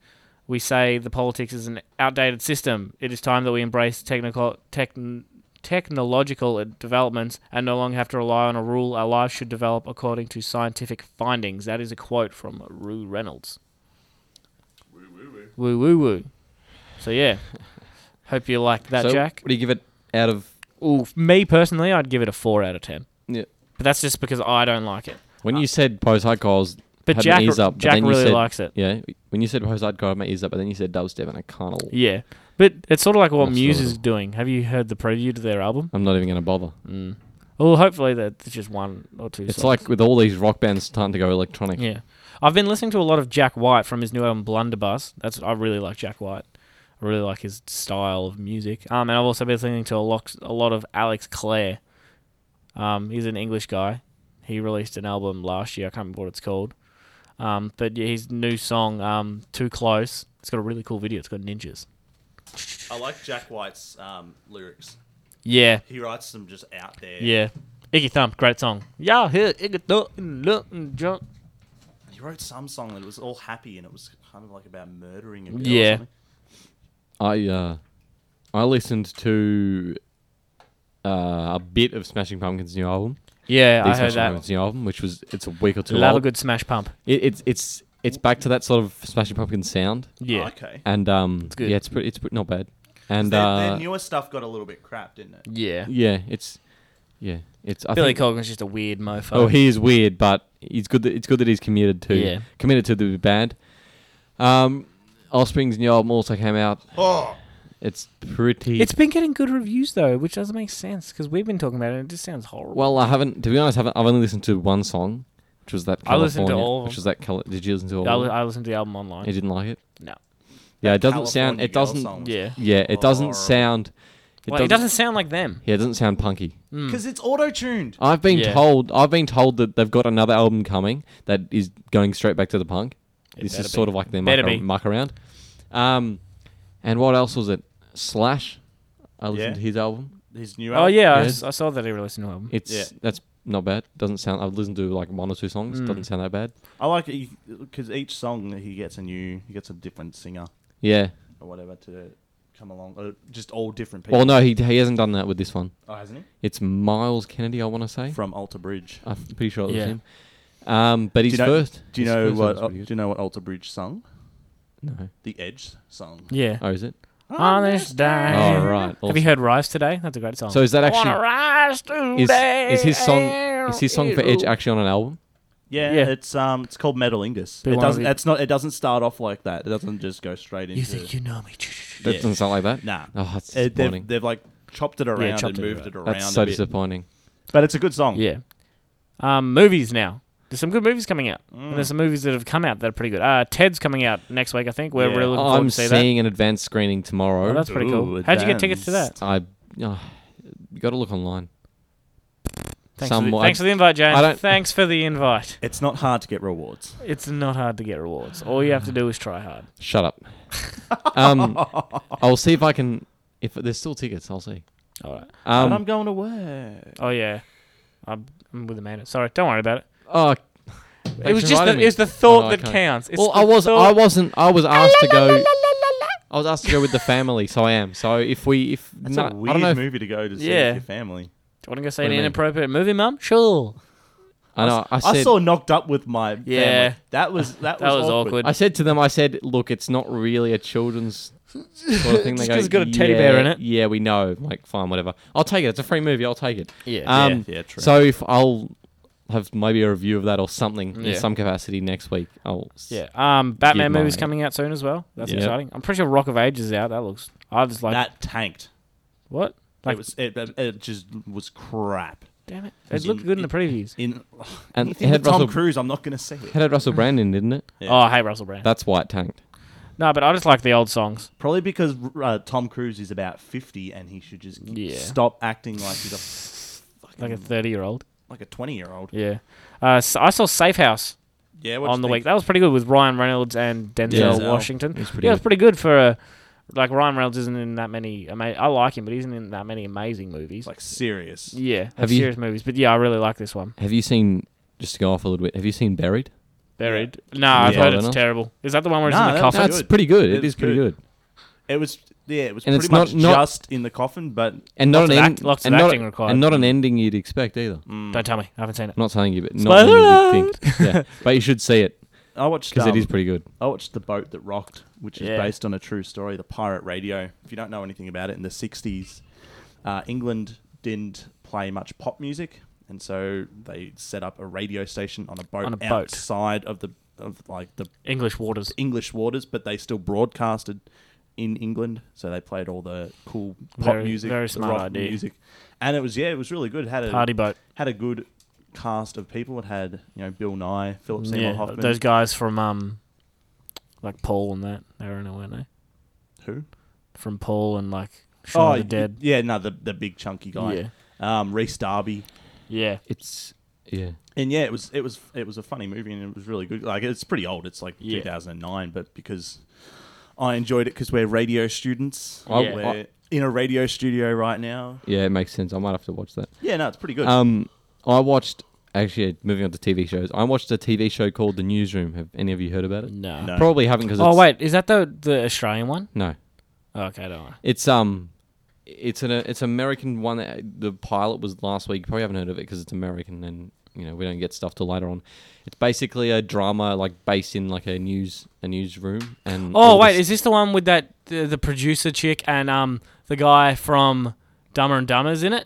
Speaker 3: We say the politics is an outdated system. It is time that we embrace technical techn technological developments and no longer have to rely on a rule. Our lives should develop according to scientific findings. That is a quote from Rue Reynolds. Woo woo woo. So yeah, hope you liked that,
Speaker 1: so,
Speaker 3: Jack.
Speaker 1: What do you give it out of?
Speaker 3: Ooh, me personally, I'd give it a four out of ten.
Speaker 1: Yeah.
Speaker 3: But that's just because I don't like it.
Speaker 1: When you said post hardcore, I was
Speaker 3: But
Speaker 1: had
Speaker 3: Jack,
Speaker 1: my ears up. but
Speaker 3: Jack
Speaker 1: then you
Speaker 3: really
Speaker 1: said-
Speaker 3: likes it.
Speaker 1: Yeah. When you said post hardcore, I had my ears up, but then you said dubstep, and I can't. Al-
Speaker 3: Yeah, but it's sort of like what
Speaker 1: Not
Speaker 3: Muse
Speaker 1: sort
Speaker 3: is
Speaker 1: of.
Speaker 3: doing. Have you heard the preview to their album?
Speaker 1: I'm not even gonna bother.
Speaker 3: Mm. Well, hopefully that's just one or two.
Speaker 1: It's
Speaker 3: songs.
Speaker 1: like with all these rock bands starting to go electronic.
Speaker 3: yeah, I've been listening to a lot of Jack White from his new album Blunderbuss. That's I really like Jack White. I really like his style of music. Um, and I've also been listening to a lot, a lot of Alex Clare. Um, he's an English guy. He released an album last year. I can't remember what it's called. Um, but yeah, his new song, um, Too Close, it's got a really cool video. It's got ninjas.
Speaker 2: I like Jack White's um, lyrics.
Speaker 3: Yeah,
Speaker 2: He writes them just out there.
Speaker 3: yeah. Iggy Thump, great song. Y'all hear Iggy Thump and look and jump.
Speaker 2: He wrote some song that was all happy and it was kind of like about murdering a girl or
Speaker 3: Yeah.
Speaker 2: something.
Speaker 1: I uh, I listened to uh, a bit of Smashing Pumpkins' new album,
Speaker 3: Yeah,
Speaker 1: the
Speaker 3: I heard
Speaker 1: Smashing
Speaker 3: that.
Speaker 1: Pumpkins' new album, which was it's a week or two
Speaker 3: Love a
Speaker 1: old.
Speaker 3: good smash pump.
Speaker 1: It, it's it's it's back to that sort of Smashing Pumpkins sound,
Speaker 3: Yeah.
Speaker 2: Oh, okay.
Speaker 1: and um,
Speaker 3: good.
Speaker 1: yeah, it's pretty it's pretty, not bad, and
Speaker 2: Their,
Speaker 1: uh,
Speaker 2: their newer stuff got a little bit crap, didn't it?
Speaker 3: Yeah.
Speaker 1: yeah, it's yeah, it's I
Speaker 3: Billy
Speaker 1: think,
Speaker 3: Corgan's just a weird mofo.
Speaker 1: Oh, he is weird, but he's good. That, it's good that he's committed to
Speaker 3: Yeah.
Speaker 1: committed to the band. Um, Offspring's new album also came out.
Speaker 3: Hmm.
Speaker 6: Oh,
Speaker 1: It's pretty.
Speaker 3: It's been getting good reviews though, which doesn't make sense because we've been talking about it. and It just sounds horrible.
Speaker 1: well, I haven't. To be honest, I haven't, I've only listened to one song, which was that.
Speaker 3: I
Speaker 1: California,
Speaker 3: listened to all of
Speaker 1: Which
Speaker 3: them.
Speaker 1: was that. Cali- Did you listen to all?
Speaker 3: I,
Speaker 1: of
Speaker 3: li-
Speaker 1: them?
Speaker 3: I listened to the album online.
Speaker 1: You didn't like it.
Speaker 3: No.
Speaker 1: Yeah, it doesn't sound.
Speaker 2: California
Speaker 1: It
Speaker 2: Girl
Speaker 1: doesn't.
Speaker 2: song was-
Speaker 3: Yeah.
Speaker 1: Yeah, it doesn't
Speaker 2: Horrible.
Speaker 1: sound. It
Speaker 3: well, it doesn't sound like them.
Speaker 1: Yeah, it doesn't sound punky.
Speaker 2: Because it's auto tuned.
Speaker 1: I've been
Speaker 3: Yeah.
Speaker 1: told. I've been told that they've got another album coming that is going straight back to the punk. this
Speaker 3: better
Speaker 1: is sort of like their muck,
Speaker 3: Better
Speaker 1: ar-
Speaker 3: be.
Speaker 1: muck around. Um, and what else was it? Slash. I listened
Speaker 2: Yeah.
Speaker 1: to his album.
Speaker 2: His new
Speaker 3: Oh
Speaker 2: album.
Speaker 3: yeah, I
Speaker 1: Yeah.
Speaker 3: s- I, saw that he released a new album.
Speaker 1: It's that's not bad. Doesn't sound. I've listened to like one or two songs.
Speaker 3: Hmm.
Speaker 1: Doesn't sound that bad.
Speaker 2: I like it because each song that he gets a new, he gets a different singer
Speaker 1: Yeah.
Speaker 2: or whatever to come along. Or just all different people.
Speaker 1: Well, no, he he hasn't done that with this one.
Speaker 2: Oh, hasn't
Speaker 1: It's Miles Kennedy. I want to say.
Speaker 2: he? From Alter Bridge.
Speaker 1: I'm pretty sure it was
Speaker 3: Yeah.
Speaker 1: him. Um, but
Speaker 2: Do
Speaker 1: his
Speaker 2: you know,
Speaker 1: first.
Speaker 2: Do you
Speaker 1: his
Speaker 2: know
Speaker 1: first
Speaker 2: what?
Speaker 1: album's
Speaker 2: Al-
Speaker 1: pretty
Speaker 2: do
Speaker 1: good.
Speaker 2: you know what Alter Bridge sung?
Speaker 1: No.
Speaker 2: The Edge song.
Speaker 3: Yeah.
Speaker 1: Oh, is it?
Speaker 3: Honest Dave.
Speaker 1: oh, right.
Speaker 3: Have you heard Rise today? That's a great song.
Speaker 1: So is that
Speaker 3: I wanna
Speaker 1: actually-
Speaker 3: rise
Speaker 1: Is,
Speaker 3: today.
Speaker 1: is his song? Is his song for Edge actually on an album?
Speaker 2: Yeah,
Speaker 3: Yeah.
Speaker 2: it's um, it's called Metalingus.
Speaker 3: But
Speaker 2: It
Speaker 3: one of
Speaker 2: doesn't.
Speaker 3: the-
Speaker 2: It's not. It doesn't start off like that. It doesn't just go straight into.
Speaker 4: You think you know me?
Speaker 1: That doesn't sound like that.
Speaker 2: Nah.
Speaker 1: Oh, that's
Speaker 2: Uh,
Speaker 1: disappointing.
Speaker 2: they've, they've like chopped it around and
Speaker 3: chopped it
Speaker 2: moved
Speaker 3: around.
Speaker 2: it around.
Speaker 1: that's so
Speaker 2: a bit.
Speaker 1: disappointing.
Speaker 2: But it's a good song.
Speaker 3: Yeah. Um, movies now. There's some good movies coming out. And there's some movies that have come out that are pretty good. Uh, Ted's coming out next week, I think. We're really looking forward
Speaker 1: Oh, I'm
Speaker 3: to see that.
Speaker 1: seeing an advanced screening tomorrow.
Speaker 3: Oh, that's pretty cool.
Speaker 2: Ooh,
Speaker 3: How'd you get tickets to that?
Speaker 2: advanced.
Speaker 1: I oh, you got to look online.
Speaker 3: Thanks, for, the,
Speaker 1: Somewhat-
Speaker 3: thanks for the invite,
Speaker 1: I
Speaker 3: James.
Speaker 1: don't-
Speaker 3: Thanks for the invite.
Speaker 2: It's not hard to get rewards.
Speaker 3: It's not hard to get rewards. All you have to do is try hard.
Speaker 1: Shut up. um, I'll see if I can. If there's still tickets, I'll see.
Speaker 3: All right.
Speaker 2: but I'm
Speaker 1: Um,
Speaker 2: going to work.
Speaker 3: Oh yeah, I'm, I'm with Amanda. Sorry, don't worry about it.
Speaker 1: oh,
Speaker 3: It was just the,
Speaker 1: the,
Speaker 3: it's the thought
Speaker 1: Oh, I
Speaker 3: that
Speaker 1: can't.
Speaker 3: counts. It's
Speaker 1: well,
Speaker 3: the
Speaker 1: I was I
Speaker 3: thought-
Speaker 1: wasn't I was asked to go. I was asked to go with the family, so I am. So if we if
Speaker 2: That's
Speaker 1: no,
Speaker 2: a
Speaker 1: I don't know.
Speaker 2: weird
Speaker 1: if-
Speaker 2: movie to go to see
Speaker 3: Yeah.
Speaker 2: with your family.
Speaker 3: Do you want to go see
Speaker 1: What
Speaker 3: an
Speaker 1: do you mean?
Speaker 3: inappropriate movie, Mum? Sure.
Speaker 1: I know. I
Speaker 2: I,
Speaker 1: said. I,
Speaker 2: saw Knocked Up with my
Speaker 3: Yeah.
Speaker 2: family. That was that,
Speaker 3: That was awkward.
Speaker 1: said to them. I said, look, it's not really a children's sort of thing. They
Speaker 3: Just
Speaker 1: go,
Speaker 3: 'cause it's got a teddy bear
Speaker 1: "Yeah,
Speaker 3: in it."
Speaker 1: Yeah, we know. I'm like, fine, whatever. I'll take it. It's a free movie. I'll take it.
Speaker 3: Yeah.
Speaker 1: Um,
Speaker 2: Yeah, true.
Speaker 1: So if I'll have maybe a review of that or something
Speaker 3: Yeah.
Speaker 1: in some capacity next week. I'll s-
Speaker 3: yeah. Um, Batman
Speaker 1: mine.
Speaker 3: movie's coming out soon as well. That's
Speaker 1: Yeah.
Speaker 3: exciting. I'm pretty sure Rock of Ages is out. That looks. I just like
Speaker 2: that tanked.
Speaker 3: what? Like,
Speaker 2: it was it, it- it just was crap.
Speaker 3: damn it! It looked good in the previews.
Speaker 2: In
Speaker 1: And
Speaker 2: anything
Speaker 1: it
Speaker 2: with
Speaker 1: had
Speaker 2: Tom
Speaker 1: Russell-
Speaker 2: Cruise, I'm not going to see it.
Speaker 1: It had Russell Brand in, didn't it?
Speaker 2: Yeah.
Speaker 3: Oh, I hate Russell Brand.
Speaker 1: That's why it tanked.
Speaker 3: no, but I just like the old songs.
Speaker 2: Probably because uh, Tom Cruise is about 50 and he should just
Speaker 3: Yeah.
Speaker 2: stop acting like he's a
Speaker 3: Like a thirty-year-old.
Speaker 2: like a 20 year old.
Speaker 3: Yeah. Uh, s I I saw Safe House
Speaker 2: Yeah,
Speaker 3: on the week. That was pretty good with Ryan Reynolds and Denzel
Speaker 2: Denzel.
Speaker 3: Washington.
Speaker 1: It's pretty
Speaker 3: Yeah, it's
Speaker 1: good.
Speaker 3: pretty good for a. Like Ryan Reynolds isn't in that many. Ama- I like him, but he isn't in that many amazing movies.
Speaker 2: Like serious.
Speaker 3: yeah,
Speaker 1: Have
Speaker 3: have
Speaker 1: you-
Speaker 3: serious movies, but yeah, I really like this one.
Speaker 1: Have you seen? Just to go off a little bit. Have you seen Buried?
Speaker 3: Buried. No, I've
Speaker 2: Yeah.
Speaker 3: heard it's
Speaker 1: Reynolds?
Speaker 3: terrible. Is that the one where it's
Speaker 2: Nah,
Speaker 3: in the
Speaker 2: that-
Speaker 3: coffin?
Speaker 1: That's
Speaker 2: good.
Speaker 1: pretty good.
Speaker 2: It's
Speaker 1: It is pretty
Speaker 2: good.
Speaker 1: good.
Speaker 2: It was yeah, it was
Speaker 1: And
Speaker 2: pretty
Speaker 1: it's not-
Speaker 2: much
Speaker 1: not-
Speaker 2: just in the coffin, but
Speaker 1: and not
Speaker 3: Lots
Speaker 1: an
Speaker 3: of
Speaker 1: end,
Speaker 3: act- lots of
Speaker 1: and not,
Speaker 3: acting required.
Speaker 1: and not an ending you'd expect either. I'm
Speaker 2: mm.
Speaker 3: Don't tell me. I haven't seen it.
Speaker 1: not saying you, but not an ending you'd think. Yeah. but you should see it
Speaker 2: I watched
Speaker 1: because
Speaker 2: um,
Speaker 1: it is pretty good.
Speaker 2: I watched The Boat That Rocked, which is
Speaker 3: Yeah.
Speaker 2: based on a true story, the pirate radio. If you don't know anything about it, in the 60s, uh, England didn't play much pop music, and so they set up a radio station on a boat
Speaker 3: On a boat.
Speaker 2: outside of the of like the
Speaker 3: English Waters.
Speaker 2: English waters, but they still broadcasted in England, so they played all the cool pop
Speaker 3: Very-
Speaker 2: music,
Speaker 3: very
Speaker 2: the
Speaker 3: smart
Speaker 2: rock
Speaker 3: idea.
Speaker 2: music, and it was yeah, it was really good. Had a
Speaker 3: Party boat.
Speaker 2: had a good cast of people. It had you know Bill Nye, Philip Seymour
Speaker 3: Yeah,
Speaker 2: Hoffman,
Speaker 3: those guys from um, like Paul and that. They were in it, weren't they?
Speaker 2: who Oh,
Speaker 3: From Paul and like Shaun of
Speaker 2: y-
Speaker 3: the Dead.
Speaker 2: Yeah, no, the the big chunky guy. Um, Reese Darby.
Speaker 3: Yeah.
Speaker 1: It's Yeah.
Speaker 2: And yeah, it was it was it was a funny movie and it was really good. Like it's pretty old. It's like
Speaker 3: Yeah.
Speaker 2: 2009, but because I enjoyed it because we're radio students.
Speaker 1: I-
Speaker 3: Yeah.
Speaker 2: We're
Speaker 1: I-
Speaker 2: in a radio studio right now.
Speaker 1: yeah, it makes sense. I might have to watch that.
Speaker 2: Yeah, no, it's pretty good.
Speaker 1: Um, I watched. Actually, moving on to TV shows, I watched a TV show called The Newsroom. Have any of you heard about it?
Speaker 3: No.
Speaker 2: No.
Speaker 1: Probably haven't because.
Speaker 3: Oh wait, is that the the Australian one?
Speaker 1: No,
Speaker 3: Oh, okay, don't worry.
Speaker 1: it's um, it's an it's American one. That, the pilot was last week. You probably haven't heard of it because it's American and you know we don't get stuff till later on. It's basically a drama like based in like a news a newsroom and.
Speaker 3: Oh
Speaker 1: all
Speaker 3: wait,
Speaker 1: this-
Speaker 3: is this the one with that the, the producer chick and um the guy from Dumber and Dumber's in it?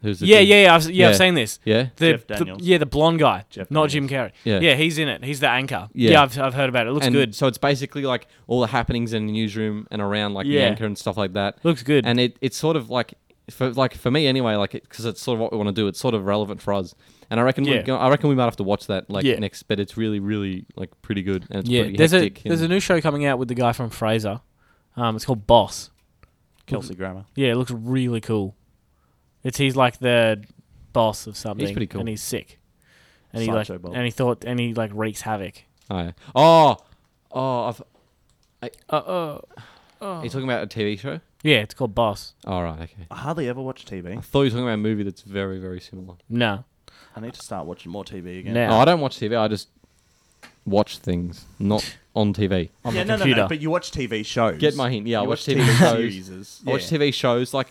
Speaker 1: who's the
Speaker 3: Yeah,
Speaker 1: thing?
Speaker 3: yeah, yeah, I've, s- yeah, I've
Speaker 1: Yeah.
Speaker 3: seen this.
Speaker 1: yeah,
Speaker 3: The,
Speaker 2: Jeff
Speaker 3: the-
Speaker 2: Daniels.
Speaker 3: yeah, the blonde guy,
Speaker 2: Jeff
Speaker 3: not
Speaker 2: Daniels.
Speaker 3: Jim Carrey.
Speaker 1: Yeah.
Speaker 3: yeah, he's in it. He's the anchor.
Speaker 1: Yeah.
Speaker 3: Yeah, I've, I've heard about it. it looks
Speaker 1: and
Speaker 3: good.
Speaker 1: So it's basically like all the happenings in the newsroom and around like the
Speaker 3: Yeah.
Speaker 1: anchor and stuff like that.
Speaker 3: Looks good.
Speaker 1: and it it's sort of like for like for me anyway like because it's sort of what we want to do it's sort of relevant for us and i reckon
Speaker 3: Yeah.
Speaker 1: we're gonna, i reckon we might have to watch that like
Speaker 3: Yeah.
Speaker 1: next but it's really really like pretty good and it's
Speaker 3: yeah,
Speaker 1: pretty
Speaker 3: there's a
Speaker 1: hectic
Speaker 3: there's a
Speaker 1: and-
Speaker 3: new show coming out with the guy from Fraser. Um, it's called Boss.
Speaker 2: Kelsey Grammer.
Speaker 3: Yeah, it looks really cool. It's he's like the boss of something.
Speaker 1: pretty cool.
Speaker 3: and he's sick. And he like,
Speaker 2: Sideshow Bob.
Speaker 3: and he thought, and he like wreaks havoc.
Speaker 1: oh, yeah. oh oh I've,
Speaker 3: Uh, uh,
Speaker 1: are you talking about a tv show
Speaker 3: yeah, it's called Boss.
Speaker 1: all right okay
Speaker 2: I hardly ever watch
Speaker 1: i
Speaker 2: TV.
Speaker 1: thought you were talking about a movie that's very very similar
Speaker 3: No,
Speaker 2: I need to start watching more TV again.
Speaker 3: No. Yeah.
Speaker 1: no i don't watch tv i just watch things not on tv
Speaker 3: on
Speaker 2: yeah,
Speaker 3: the
Speaker 2: no, no,
Speaker 3: computer.
Speaker 2: no. But you watch TV shows.
Speaker 1: get my hint yeah i
Speaker 2: You
Speaker 1: watch, tv shows
Speaker 2: series.
Speaker 1: I watch TV shows. Like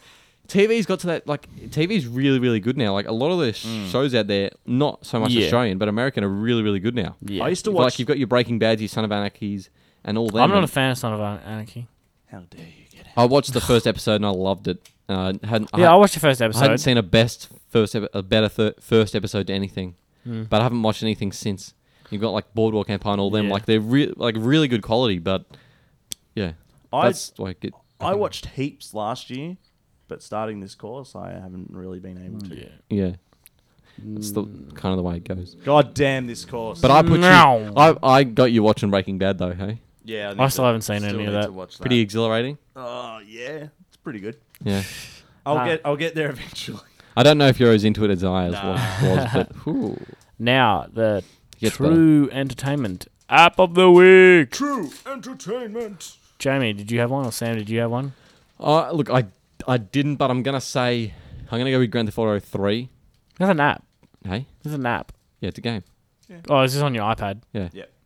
Speaker 1: TV's got to that. Like TV's really, really good now. Like a lot of the sh- shows out there, not so much
Speaker 3: Mm. Yeah.
Speaker 1: Australian, but American, are really, really good now.
Speaker 3: yeah.
Speaker 2: I used to
Speaker 1: You've-
Speaker 2: watch.
Speaker 1: Like you've got your Breaking Bad, your Son of Anarchies, and all that.
Speaker 3: I'm not a fan of Son of An- Anarchy.
Speaker 2: How dare you get it?
Speaker 1: I watched the first episode and I loved it. Uh, hadn't, I,
Speaker 3: yeah, I
Speaker 1: had-
Speaker 3: watched the first
Speaker 1: I hadn't
Speaker 3: episode.
Speaker 1: seen a best first, epi- a better thir- first episode to anything,
Speaker 2: Hmm.
Speaker 1: but I haven't watched anything since. You've got like Boardwalk Empire and all them.
Speaker 3: Yeah.
Speaker 1: Like they're re- like really good quality, but yeah,
Speaker 2: I-
Speaker 1: that's like it.
Speaker 2: I watched heaps last year, but starting this course, I haven't really been able to.
Speaker 1: Yeah, that's the
Speaker 2: Hmm.
Speaker 1: kind of the way it goes.
Speaker 2: God damn this course.
Speaker 1: But I put you.
Speaker 3: No.
Speaker 1: I, I got you watching Breaking Bad though. Hey,
Speaker 2: yeah,
Speaker 3: I still haven't seen any of that.
Speaker 1: pretty exhilarating.
Speaker 2: Oh yeah, it's pretty good.
Speaker 1: Yeah,
Speaker 2: I'll
Speaker 3: Ah.
Speaker 2: get I'll get there eventually.
Speaker 1: I don't know if you're as into it as I as was, was, but whew,
Speaker 3: Now the
Speaker 1: gets
Speaker 3: true entertainment app of the week.
Speaker 2: True entertainment.
Speaker 3: Jamie, did you have one, or Sam, did you have one?
Speaker 1: uh, look, I I didn't, but I'm gonna say I'm gonna go with Grand Theft Auto Three.
Speaker 3: There's an app.
Speaker 1: Hey,
Speaker 3: There's an app.
Speaker 1: yeah, it's a game
Speaker 3: Oh, is this on your iPad?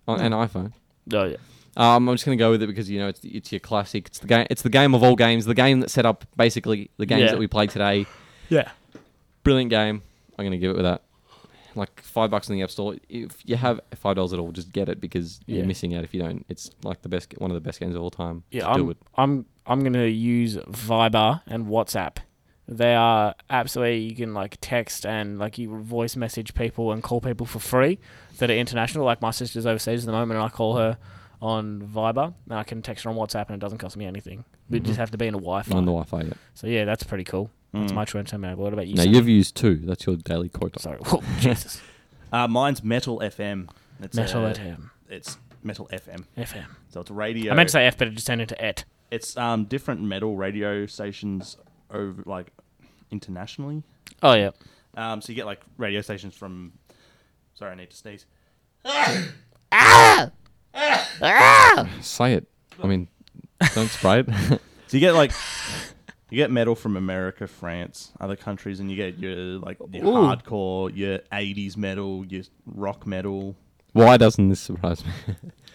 Speaker 1: on an iPhone.
Speaker 3: Oh yeah.
Speaker 1: Um, I'm just gonna go with it because you know it's it's your classic. It's the game. It's the game of all games. The game that set up basically the games
Speaker 3: Yeah.
Speaker 1: that we play today.
Speaker 3: Yeah.
Speaker 1: Brilliant game. I'm gonna give it with that. Like five bucks in the app store. If you have five dollars at all, just get it because
Speaker 3: Yeah.
Speaker 1: you're missing out if you don't. It's like the best, one of the best games of all time.
Speaker 3: Yeah,
Speaker 1: Just do
Speaker 3: I'm,
Speaker 1: it.
Speaker 3: I'm I'm gonna use Viber and WhatsApp. They are apps where you can like text and like you voice message people and call people for free that are international. Like my sister's overseas at the moment, and I call her on Viber and I can text her on WhatsApp, and it doesn't cost me anything. We just have to be in a Wi-Fi.
Speaker 1: Mm-hmm. on the Wi-Fi. Yeah.
Speaker 3: so yeah, that's pretty cool. That's
Speaker 2: Mm.
Speaker 3: my trend map. What about you?
Speaker 1: Now
Speaker 3: Sam?
Speaker 1: you've used two. That's your daily quota.
Speaker 3: Sorry, Whoa, Jesus,
Speaker 2: Uh, mine's Metal FM. It's
Speaker 3: metal
Speaker 2: uh,
Speaker 3: at FM.
Speaker 2: It's Metal FM.
Speaker 3: FM.
Speaker 2: So it's radio.
Speaker 3: I meant to say F, but it just turned into et.
Speaker 2: it's um different metal radio stations over like internationally.
Speaker 3: Oh yeah.
Speaker 2: Um, so you get like radio stations from. Sorry, I need to sneeze.
Speaker 4: Ah!
Speaker 1: Say it. I mean, don't spray it.
Speaker 2: So you get like you get metal from America, France, other countries, and you get your like your
Speaker 3: Ooh.
Speaker 2: hardcore, your '80s metal, your rock metal.
Speaker 1: Why doesn't this surprise me?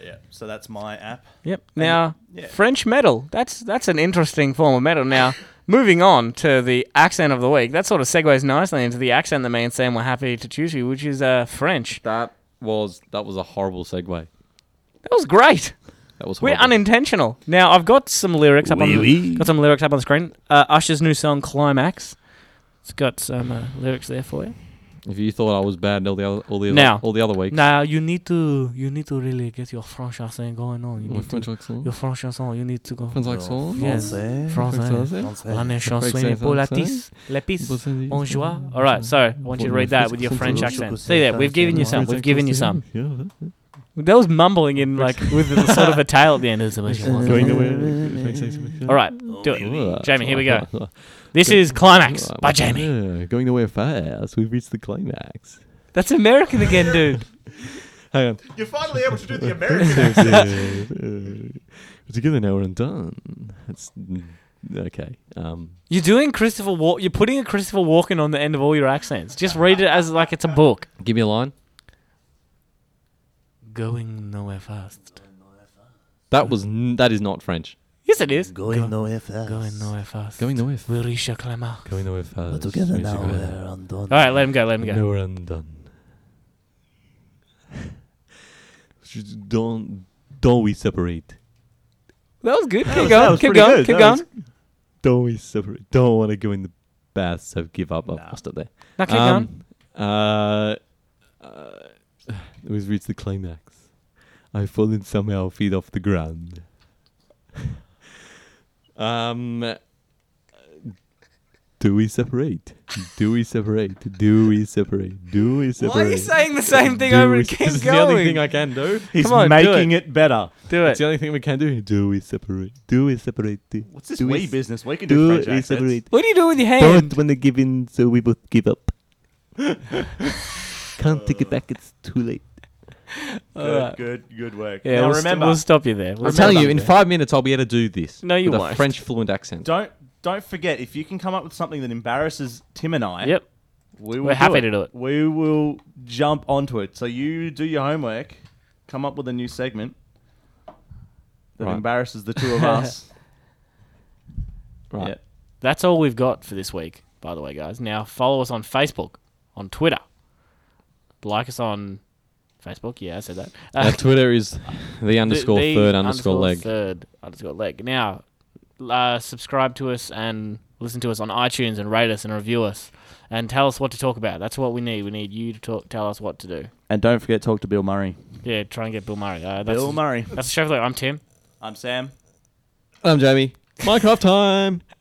Speaker 2: Yeah. So that's my app.
Speaker 3: Yep. Now,
Speaker 2: yeah.
Speaker 3: French metal. That's that's an interesting form of metal. Now, moving on to the accent of the week. That sort of segues nicely into the accent that me and Sam were happy to choose you, which is uh, French.
Speaker 1: that was that was a horrible segue.
Speaker 3: That was great.
Speaker 1: That was
Speaker 3: We're
Speaker 1: horrible.
Speaker 3: unintentional. Now, I've got some lyrics up on the,
Speaker 2: Oui, oui.
Speaker 3: got some lyrics up on the screen. Uh, Usher's new song Climax. It's got some uh, lyrics there for you.
Speaker 1: if you thought I was bad all the other all the
Speaker 3: Now.
Speaker 1: other, all the other weeks.
Speaker 3: Now, you need to you need to really get your French accent going on. You
Speaker 1: My
Speaker 3: need to,
Speaker 1: French accent.
Speaker 3: your French accent. You need to go.
Speaker 1: French accent.
Speaker 3: Yes, eh. Français. La nation
Speaker 1: French
Speaker 3: suivi pour la
Speaker 1: accent.
Speaker 3: tisse, la pisse.
Speaker 1: Français.
Speaker 3: Bonjour. All right, sorry. I want you to read that with your French accent. See there, we've given you some. We've given you some. That was mumbling in like with the sort of a tail at the end.
Speaker 1: the
Speaker 3: All right,
Speaker 2: Oh,
Speaker 3: do it, Jamie. Here we go. This is climax by Jamie.
Speaker 1: Going the way of fast. We've reached the climax.
Speaker 3: That's American again, dude.
Speaker 1: Hang on.
Speaker 6: You're finally able to do the American.
Speaker 1: Together now we're done. That's okay. Um,
Speaker 3: You're doing Christopher Walk. You're putting a Christopher Walken on the end of all your accents. Just read it as like it's a book.
Speaker 1: give me a line.
Speaker 3: Going nowhere fast.
Speaker 1: That was n- that is not French.
Speaker 3: Yes, it is.
Speaker 4: Going nowhere fast.
Speaker 3: Going nowhere fast.
Speaker 1: Going nowhere.
Speaker 3: We'll reach a climber.
Speaker 1: Going nowhere fast.
Speaker 4: But together now we're undone.
Speaker 3: All right, let him go. Let him go.
Speaker 1: Nowhere undone. Just don't don't we separate?
Speaker 3: That was good.
Speaker 2: was- that
Speaker 3: Keep going.
Speaker 2: was
Speaker 3: Keep
Speaker 2: pretty
Speaker 3: going.
Speaker 2: good.
Speaker 3: Keep
Speaker 2: That was-
Speaker 3: going.
Speaker 1: Don't we separate? Don't want to go in the bath, so give up. I'll
Speaker 2: Nah.
Speaker 1: I'll stop there.
Speaker 3: Now keep going.
Speaker 1: Um, uh, uh, we've reached the climax. I've fallen somehow feet off the ground. um, do we separate? Do we separate? Do we separate? Do we separate?
Speaker 3: Why are you saying the same thing
Speaker 1: Do
Speaker 3: over
Speaker 1: we-
Speaker 3: and keep
Speaker 1: This is
Speaker 3: going?
Speaker 1: the only thing I can do.
Speaker 2: He's
Speaker 3: Come on, do
Speaker 2: making it. better.
Speaker 3: Do
Speaker 1: It's
Speaker 3: it.
Speaker 1: the only thing we can do. Do we separate? Do we separate? Do,
Speaker 2: What's this
Speaker 1: do
Speaker 2: wee
Speaker 1: we,
Speaker 2: business? We can do,
Speaker 1: do
Speaker 2: French
Speaker 1: we
Speaker 2: accents.
Speaker 1: separate?
Speaker 3: What do you do with your
Speaker 1: Don't
Speaker 3: hand?
Speaker 1: want to give in, so we both give up. Can't take it back, it's too late.
Speaker 3: All right.
Speaker 2: Good, good, good work.
Speaker 3: Yeah,
Speaker 2: now
Speaker 3: we'll, st-
Speaker 2: remember,
Speaker 3: we'll stop you there. We'll
Speaker 1: I'm telling
Speaker 3: stop
Speaker 1: you, in
Speaker 3: there.
Speaker 1: five minutes, I'll be able to do this.
Speaker 3: No, you
Speaker 1: with
Speaker 3: won't.
Speaker 1: a French fluent accent.
Speaker 2: don't don't forget if you can come up with something that embarrasses Tim and I.
Speaker 3: Yep.
Speaker 2: we
Speaker 3: We're
Speaker 2: do
Speaker 3: happy to do it.
Speaker 2: We will jump onto it. So you do your homework, come up with a new segment that
Speaker 1: Right.
Speaker 2: embarrasses the two of us.
Speaker 1: Right.
Speaker 2: Yeah.
Speaker 3: That's all we've got for this week, by the way, guys. Now follow us on Facebook, on Twitter, like us on Facebook. Yeah, I said that.
Speaker 1: Uh, Twitter is the underscore
Speaker 3: the
Speaker 1: third underscore leg.
Speaker 3: Third underscore leg. Now, uh, subscribe to us and listen to us on iTunes and rate us and review us and tell us what to talk about. That's what we need. We need you to talk, tell us what to do.
Speaker 2: And don't forget talk to Bill Murray.
Speaker 3: Yeah, try and get Bill Murray. Uh, that's,
Speaker 2: Bill Murray.
Speaker 3: That's the show for the I'm Tim.
Speaker 2: I'm Sam.
Speaker 1: I'm Jamie. Minecraft time.